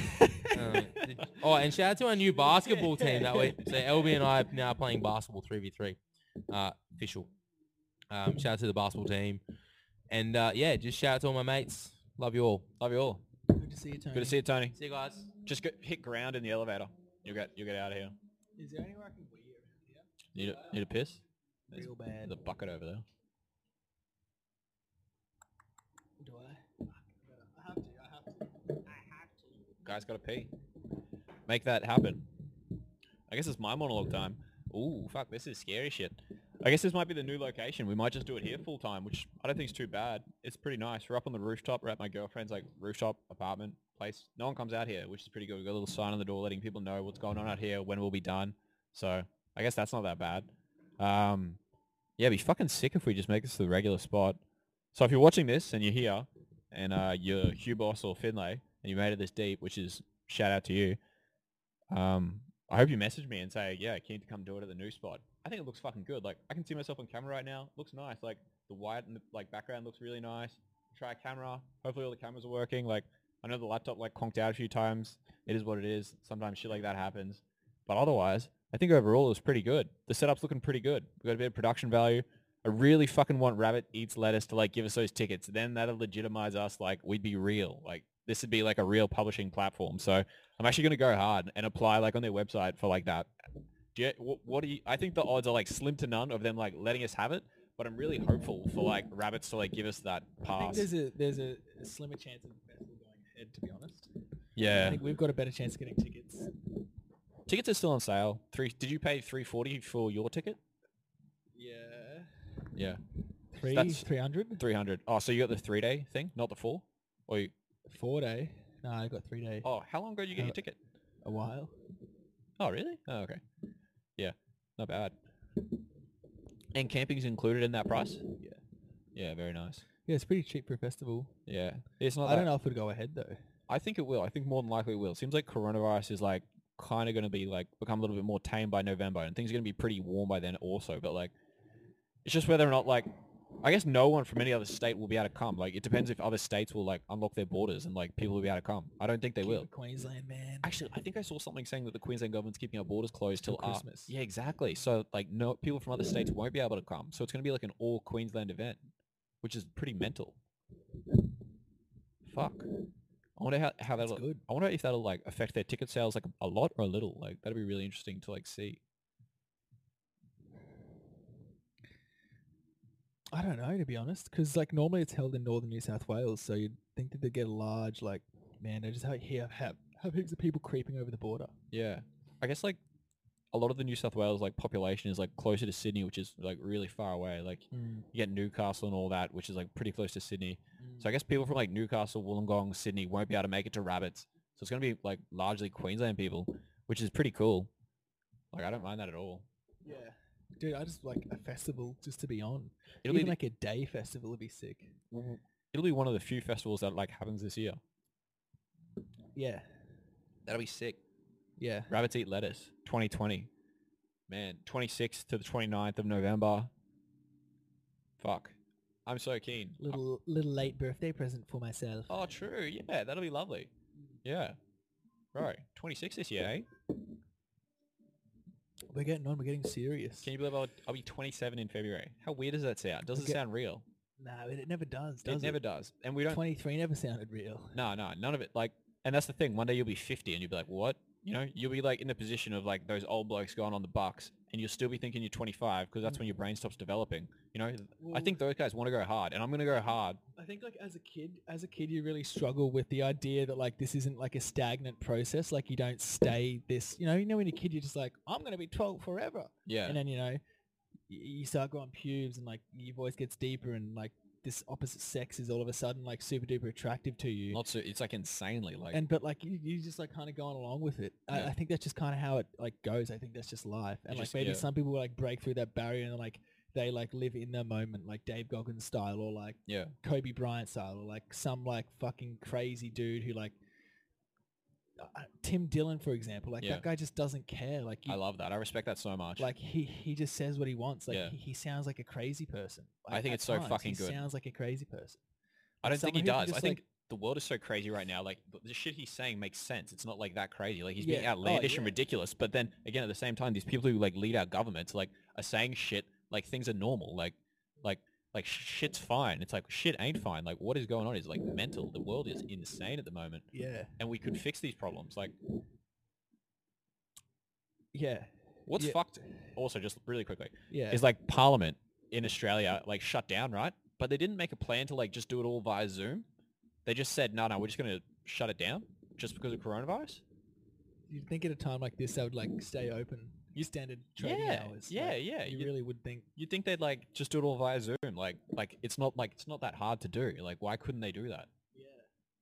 did- oh, and shout out to our new basketball team that we so LB and I are now playing basketball three v three, uh, official. Um, shout out to the basketball team, and uh, yeah, just shout out to all my mates. Love you all. Love you all. Good to see you, Tony. Good to see you, Tony. See you guys. Just get, hit ground in the elevator. You'll get you'll get out of here. Is there anywhere I can wee around Need a need a piss? here? Real bad. There's a bucket over there. Do I? I have to. I have to. Guy's got to pee. Make that happen. I guess it's my monologue time. Ooh, fuck, this is scary shit. I guess this might be the new location. We might just do it here full time, which I don't think is too bad. It's pretty nice. We're up on the rooftop. We're at my girlfriend's like rooftop apartment place. No one comes out here, which is pretty good. We've got a little sign on the door letting people know what's going on out here, when we'll be done. So I guess that's not that bad. Um, yeah, it'd be fucking sick if we just make this the regular spot. So if you're watching this and you're here and uh, you're Hubos or Finlay and you made it this deep, which is shout out to you, um, I hope you message me and say, yeah, keen to come do it at the new spot. I think it looks fucking good. Like I can see myself on camera right now. Looks nice. Like the white and the like background looks really nice. Try a camera. Hopefully all the cameras are working. Like I know the laptop like conked out a few times. It is what it is. Sometimes shit like that happens. But otherwise, I think overall it was pretty good. The setup's looking pretty good. We got a bit of production value. I really fucking want Rabbit Eats Lettuce to like give us those tickets. Then that'll legitimize us. Like we'd be real. Like this would be like a real publishing platform. So I'm actually gonna go hard and apply like on their website for like that. Do you, what, what do you? I think the odds are like slim to none of them like letting us have it. But I'm really hopeful for like rabbits to like give us that I think pass. there's a there's a, a slimmer chance of the festival going ahead. To be honest, I Yeah, think we've got a better chance of getting tickets. tickets are still on sale. Three? Did you pay three forty for your ticket? Yeah. Yeah, Three That's- three hundred. three hundred. Oh, so you got the three day thing, not the four? Or you, Four day. No, I got three day. oh, how long ago did you get your Uh, ticket? A while. Oh, really? Oh, okay. Yeah, not bad. And camping's included in that price? Yeah. Yeah, very nice. Yeah, it's pretty cheap for a festival. Yeah, it's not. I don't know if it'd go ahead though. I think it will. I think more than likely it will. Seems like coronavirus is like kind of going to be like become a little bit more tame by November, and things are going to be pretty warm by then also. But like, it's just whether or not like, I guess no one from any other state will be able to come. Like, it depends if other states will like unlock their borders and like people will be able to come. I don't think they Keep will. it Queensland man. Actually, I think I saw something saying that the Queensland government's keeping our borders closed till Till af- Christmas. yeah, exactly. So like, no people from other states won't be able to come. So it's going to be like an all Queensland event, which is pretty mental. Fuck. I wonder how, how That's that'll. good. I wonder if that'll like affect their ticket sales like a lot or a little. Like that'd be really interesting to like see. I don't know to be honest, because like normally it's held in northern New South Wales, so you'd think that they'd get a large like man. I just have here have have heaps of people creeping over the border. Yeah. I guess like a lot of the New South Wales like population is like closer to Sydney, which is like really far away. Like you get Newcastle and all that, which is like pretty close to Sydney. Hmm. So I guess people from like Newcastle, Wollongong, Sydney won't be able to make it to Rabbits. So it's going to be like largely Queensland people, which is pretty cool. Like I don't mind that at all. Yeah, dude, I just like a festival just to be on. It'll Even be Mm-hmm. like a day festival would be sick. w- it'll be one of the few festivals that like happens this year. Yeah, That'll be sick. yeah. Rabbits Eat Lettuce 2020. Man, 26th to the 29th of November. Fuck. I'm so keen. Little little late birthday present for myself. Oh, true. Yeah, that'll be lovely. Yeah. Bro, 26 this year, eh? We're getting on. We're getting serious. Can you believe I'll, I'll be 27 in February? How weird does that sound? Doesn't Okay. sound real. Nah, it, it never does. Does it never does. And we don't. Twenty three never sounded real. No, no, none of it. Like, and that's the thing. One day you'll be 50 and you'll be like, what? You know, you'll be like in the position of like those old blokes going on the bucks and you'll still be thinking you're 25 because that's when your brain stops developing. You know, I think those guys want to go hard and I'm going to go hard. I think like as a kid, as a kid, you really struggle with the idea that like this isn't like a stagnant process. Like you don't stay this. You know, you know when you're a kid, you're just like, I'm gonna be 12 forever, Yeah. and then you know, y- you start growing pubes and like your voice gets deeper and like this opposite sex is all of a sudden like super duper attractive to you. Not so, it's like insanely like, and but like you, you just like kind of going along with it. Yeah. I, I think that's just kind of how it like goes. I think that's just life. And like just- maybe yeah. some people like break through that barrier and like they like live in their moment, like Dave Goggins style, or like yeah. Kobe Bryant style, or like some like fucking crazy dude who like uh, uh, Tim Dillon, for example. Like Yeah. that guy just doesn't care. Like I you, love that. I respect that so much. like he he just says what he wants. Like Yeah. he, he sounds like a crazy person. I Like, think at it's so times, fucking he good. Sounds like a crazy person. I don't think he someone who can does. I just, think like- the world is so crazy right now. Like th- the shit he's saying makes sense. It's not like that crazy. Like he's being Yeah. Oh, outlandish and yeah. ridiculous. But then again, at the same time, these people who like lead our governments like are saying shit like things are normal. Like like like sh- shit's fine. It's like shit ain't fine. Like what is going on is like mental. The world is insane at the moment, Yeah, and we could fix these problems. Like yeah, what's Yeah. fucked? Also, just really quickly, yeah. is like Parliament in Australia like shut down, right? But they didn't make a plan to like just do it all via Zoom. They just said, no, no, we're just going to shut it down just because of coronavirus. You'd think at a time like this they would like stay open. Your standard trading yeah, hours. yeah, like, yeah. You You, really would think. you'd think they'd like just do it all via Zoom. Like, like it's not like it's not that hard to do. Like, why couldn't they do that?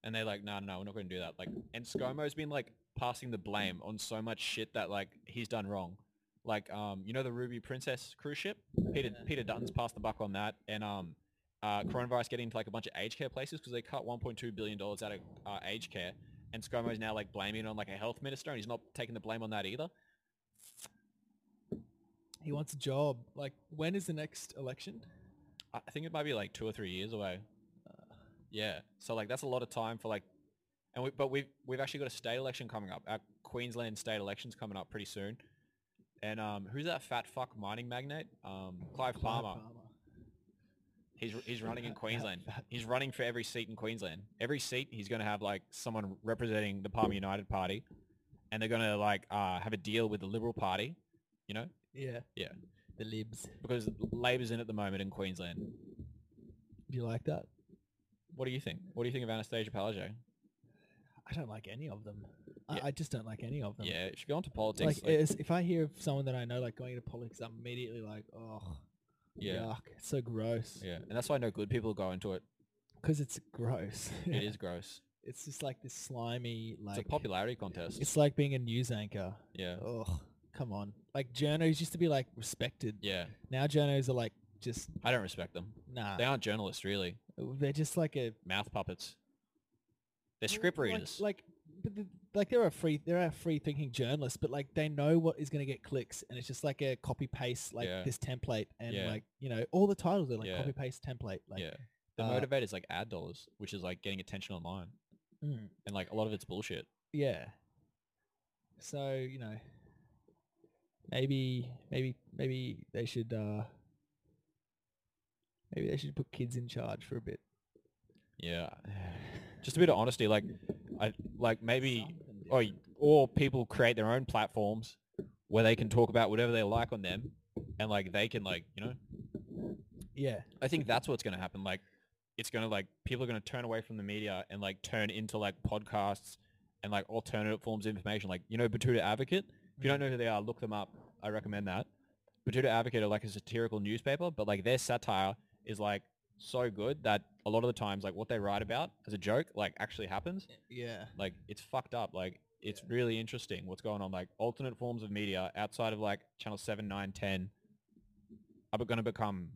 And they're like, no, no, we're not going to do that. Like, and ScoMo's been like passing the blame on so much shit that like he's done wrong. Like, um, you know the Ruby Princess cruise ship? Peter Peter Dutton's passed the buck on that, and um, uh, coronavirus getting into like a bunch of aged care places because they cut 1.2 billion dollars out of uh, aged care, and ScoMo's now like blaming it on like a health minister, and he's not taking the blame on that either. He wants a job. Like, when is the next election? I I think it might be like two or three years away. Uh, yeah. So like that's a lot of time for like, and we, but we've we've actually got a state election coming up. Our Queensland state election's coming up pretty soon. And um, who's that fat fuck mining magnate? Um, Clive, Clive Palmer. He's he's running in Fat- fat- Queensland. fat- He's running for every seat in Queensland. Every seat he's going to have like someone representing the Palmer United Party, and they're going to like uh, have a deal with the Liberal Party. You know, Yeah. Yeah. The libs. because Labor's in at the moment in Queensland. Do you like that? What do you think? What do you think of Anastasia Palaszczuk? I don't like any of them. Yeah. I, I just don't like any of them. Yeah, it should go on to politics. Um, Like, like- it's- if I hear of someone that I know like going into politics, I'm immediately like, oh, yeah, yuck, it's so gross. yeah, and that's why no good people go into it. Because it's gross. It is gross. It's just like this slimy, like it's a popularity contest. It's like being a news anchor. yeah, Ugh, come on. Like journos used to be like respected. yeah, Now journos are like just I don't respect them. nah. They aren't journalists, really. They're just like a Mouth puppets. They're Well, script like- readers. Like, but the, like there are free there are free thinking journalists, but like they know what is going to get clicks, and it's just like a copy paste like Yeah. this template, and Yeah. like you know all the titles are like Yeah. copy paste template. Like, yeah. The uh, motivator is like ad dollars, which is like getting attention online, mm, and like a lot of it's bullshit. yeah. So you know, maybe maybe maybe they should uh maybe they should put kids in charge for a bit. Yeah. Just a bit of honesty, like, I like maybe, or or people create their own platforms where they can talk about whatever they like on them, and like they can like you know Yeah, I think that's what's going to happen. Like, it's going to like people are going to turn away from the media and like turn into like podcasts and like alternative forms of information. Like, you know, Batuta Advocate. If you don't know who they are, look them up. I recommend that. Batuta Advocate are like a satirical newspaper, but like their satire is like so good that a lot of the times like what they write about as a joke like actually happens. yeah, Like it's fucked up. Like it's really interesting what's going on. Like alternate forms of media outside of like channel 7, 9, 10 are going to become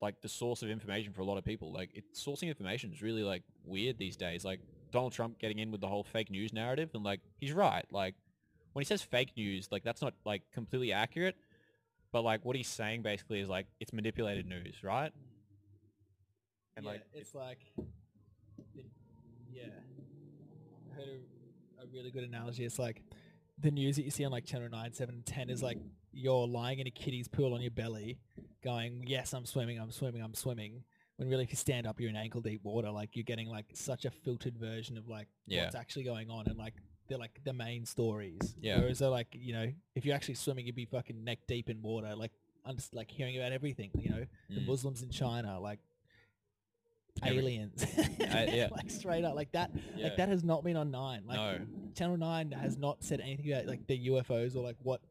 like the source of information for a lot of people. Like it, sourcing information is really like weird these days. Like Donald Trump getting in with the whole fake news narrative and like he's right. Like when he says fake news, like that's not like completely accurate. But like what he's saying basically is like it's manipulated news, right? And yeah, like it's like, it- yeah. I heard a, a really good analogy. It's like the news that you see on like Channel 9, 7, and 10 is like you're lying in a kiddie's pool on your belly going, yes, I'm swimming, I'm swimming, I'm swimming. When really if you stand up, you're in ankle deep water. Like you're getting like such a filtered version of like Yeah. what's actually going on and like they're like the main stories. Yeah. Whereas they're like, you know, if you're actually swimming, you'd be fucking neck deep in water. Like, I'm just like hearing about everything, you know, the Mm. Muslims in China, like Every- aliens. yeah. like straight up, like that. Yeah. Like that has not been on Nine. Like no, Channel Nine has not said anything about like the UFOs or like what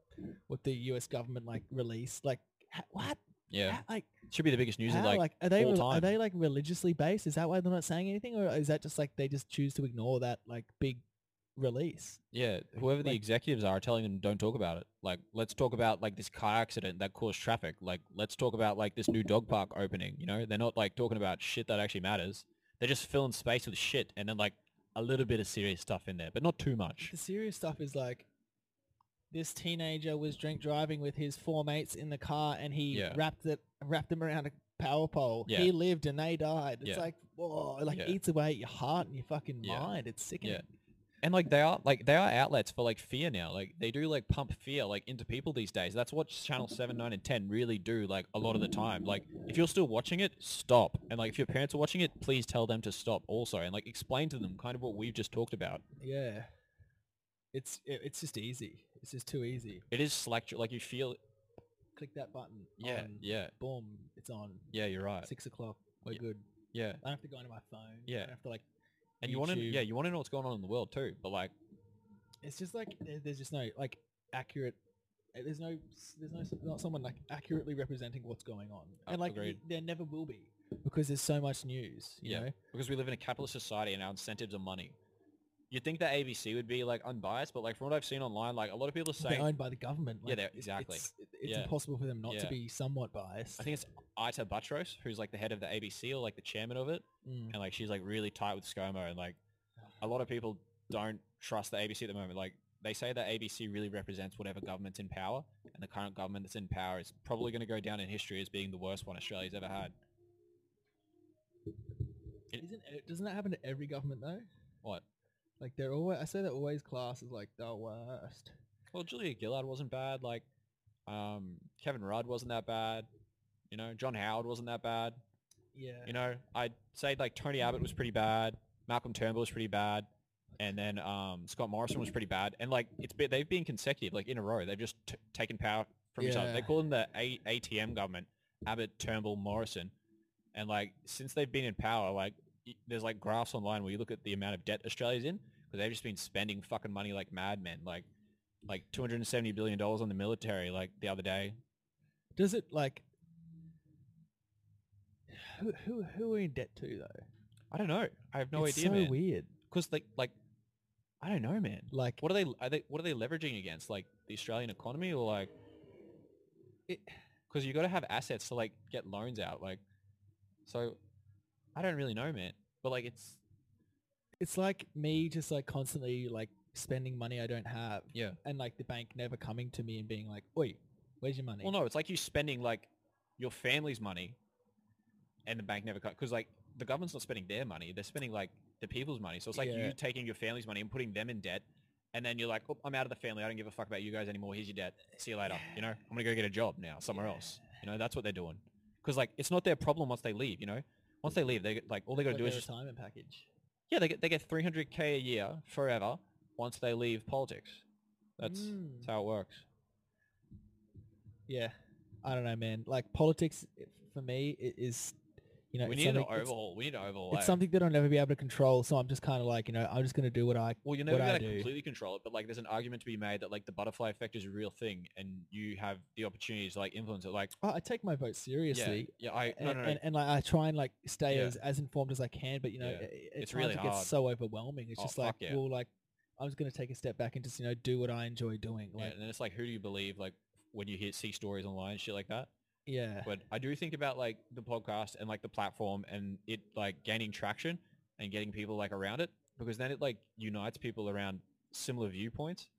what the U.S. government like released. Like ha- what? yeah, How- like should be the biggest news. in, how? Like, Like, are they all rel- are time. they like religiously based? Is that why they're not saying anything, or is that just like they just choose to ignore that like big release? Yeah, whoever the like- executives are are telling them don't talk about it. Like, let's talk about like this car accident that caused traffic. Like, let's talk about like this new dog park opening. You know, they're not like talking about shit that actually matters. They're just filling space with shit and then like a little bit of serious stuff in there, but not too much. The serious stuff is like this teenager was drink driving with his four mates in the car and he Yeah. wrapped it wrapped them around a power pole. Yeah. He lived and they died. It's Yeah. like whoa, it, like Yeah. eats away at your heart and your fucking Yeah. mind. It's sickening. Yeah. And like they are like they are outlets for like fear now. Like they do like pump fear like into people these days. That's what channel 7, 9 and 10 really do like a lot of the time. Like if you're still watching it, stop. And like if your parents are watching it, please tell them to stop also and like explain to them kind of what we've just talked about. Yeah. It's it, it's just easy. It's just too easy. It is select. Like you feel. Click that button. Yeah, on, yeah, Boom. It's on. yeah. You're right. Six o'clock. We're uh, Yeah. good. Yeah, I don't have to go into my phone. I Yeah. don't have to like. and you want to. YouTube. Yeah, you want to know what's going on in the world too. But like, It's just like there- there's just no like accurate. uh, There's no s- there's no s- not someone like accurately representing what's going on, Uh, and like agreed. y- there never will be because there's so much news. You Yeah. know. because we live in a capitalist society and our incentives are money. You'd think that ABC would be like unbiased, but like from what I've seen online, like a lot of people are they're saying. owned by the government. Yeah, like, they're- it's- exactly. It's, it's Yeah. impossible for them not to Yeah. be somewhat biased. I think it's Ita Butros, who's like the head of the ABC or like the chairman of it, Mm. and like she's like really tight with ScoMo, and like a lot of people don't trust the ABC at the moment. Like they say that ABC really represents whatever government's in power, and the current government that's in power is probably going to go down in history as being the worst one Australia's ever had. it- Isn't it, doesn't that happen to every government though? What? Like they're always I say they're always classed as like the worst. Well, Julia Gillard wasn't bad. Like, um, Kevin Rudd wasn't that bad. You know, John Howard wasn't that bad. Yeah. You know, I'd say like Tony Abbott was pretty bad. Malcolm Turnbull was pretty bad. And then um, Scott Morrison was pretty bad. And like, it's been, they've been consecutive, like in a row. They've just t- taken power from each other. They Yeah. call them the a- ATM government, Abbott, Turnbull, Morrison. And like, since they've been in power, like, y- there's like graphs online where you look at the amount of debt Australia's in because they've just been spending fucking money like madmen. Like, like 270 billion dollars on the military like the other day Does it like who who who are we in debt to though? i don't know i have no it's idea so man weird. because like like i don't know man Like what are they are they what are they leveraging against like the australian economy or like it, because you got to have assets to like get loans out. Like, so I don't really know, man. But like, it's It's like me just like constantly like spending money I don't have. Yeah. And like the bank never coming to me and being like, "Oi, where's your money?" well, no, it's like you spending like your family's money, and the bank never cut because like the government's not spending their money; they're spending like the people's money. So it's like Yeah. you taking your family's money and putting them in debt, and then you're like, "Oh, I'm out of the family. I don't give a fuck about you guys anymore. Here's your debt. See you later." You know, I'm gonna go get a job now somewhere else. You know, that's what they're doing because like it's not their problem once they leave. You know, once they leave, they get- like all they gotta Like do their is just retirement package. Yeah, they get they get 300k a year forever once they leave politics. That's, Mm. that's how it works. Yeah, I don't know, man. Like politics i- for me i- is, you know, we it's need an something- it's- overhaul. We need an overhaul. It's, eh? something that I'll never be able to control. So I'm just kind of like, you know, I'm just gonna do what I. well, you're never what I gonna do. completely control it, but like, there's an argument to be made that like the butterfly effect is a real thing, and you have the opportunity to like influence it. Like, Oh, I take my vote seriously. yeah, yeah, I And, no, no, no. and, and like I try and like stay Yeah. as, as informed as I can, but you know, Yeah. i- i- at It's times really it hard. gets so overwhelming. It's Oh, just like, fuck yeah. well, like I'm just gonna take a step back and just you know do what I enjoy doing. yeah, Like, and then it's like, who do you believe? Like, when you hear see stories online, shit like that. yeah, But I do think about like the podcast and like the platform and it like gaining traction and getting people like around it because then it like unites people around similar viewpoints.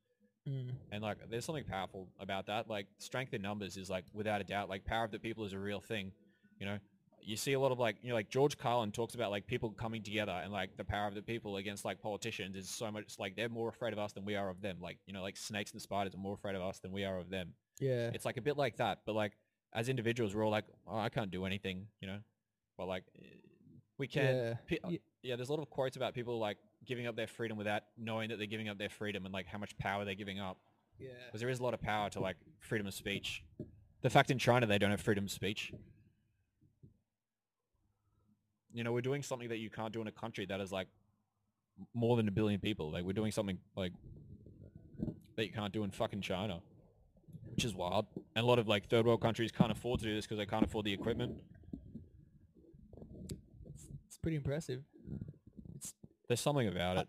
Mm. And like, there's something powerful about that. Like, strength in numbers is like, without a doubt, like power of the people is a real thing. You know, you see a lot of like, you know, like George Carlin talks about like people coming together and like the power of the people against like politicians is so much. It's like they're more afraid of us than we are of them. Like, you know, like snakes and spiders are more afraid of us than we are of them. yeah, It's like a bit like that, but like as individuals, we're all like, oh, I can't do anything, you know, but like eh, we can. yeah. Pe- uh, Y- yeah, there's a lot of quotes about people like giving up their freedom without knowing that they're giving up their freedom and like how much power they're giving up yeah. because there is a lot of power to like freedom of speech. The fact in China they don't have freedom of speech. You know, we're doing something that you can't do in a country that is like m- more than a billion people. Like we're doing something like that you can't do in fucking China, which is wild. And a lot of like third world countries can't afford to do this because they can't afford the equipment. It's pretty impressive. There's something about it.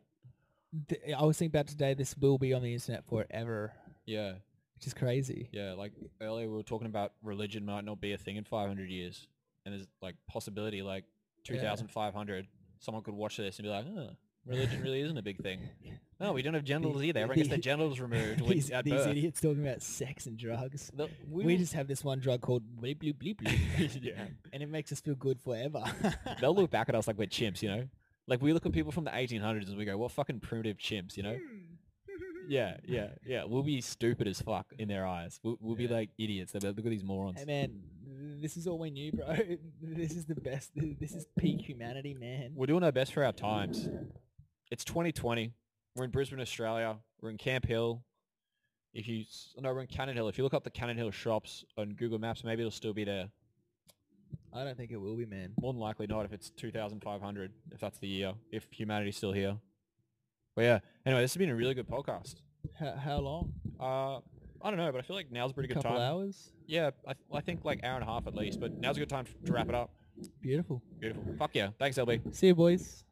Th- I was thinking about today. This will be on the internet forever, Yeah, which is crazy. yeah. Like earlier we were talking about religion might not be a thing in 500 years, and there's like possibility like Yeah. 2,500, someone could watch this and be like, oh, religion really isn't a big thing. No, we don't have genitals The- either. Everyone gets their the- genitals removed when, these, at these birth. idiots talking about sex and drugs. The- We, will- just have this one drug called bleep bleep bleep bleep, yeah. and it makes us feel good forever. They'll look back at us like we're chimps, you know? Like we look at people from the 1800s and we go, what fucking primitive chimps, you know? Hmm. Yeah, yeah, yeah. We'll be stupid as fuck in their eyes. We'll, we'll be like idiots. They'll be like, look at these morons. hey man, this is all we knew, bro. This is the best. This is peak humanity, man. We're doing our best for our times. It's 2020. We're in Brisbane, Australia. We're in Camp Hill. If you s- no, we're in Cannon Hill. If you look up the Cannon Hill shops on Google Maps, maybe it'll still be there. I don't think it will be, man. More than likely not if it's 2,500, if that's the year, if humanity's still here. But yeah, anyway, this has been a really good podcast. How, how long? Uh, I don't know, but I feel like now's a pretty A good couple time. hours. Yeah, I, I think like hour and a half at least, but now's a good time to wrap it up. Beautiful. Beautiful. Fuck yeah. Thanks, LB. See you, boys.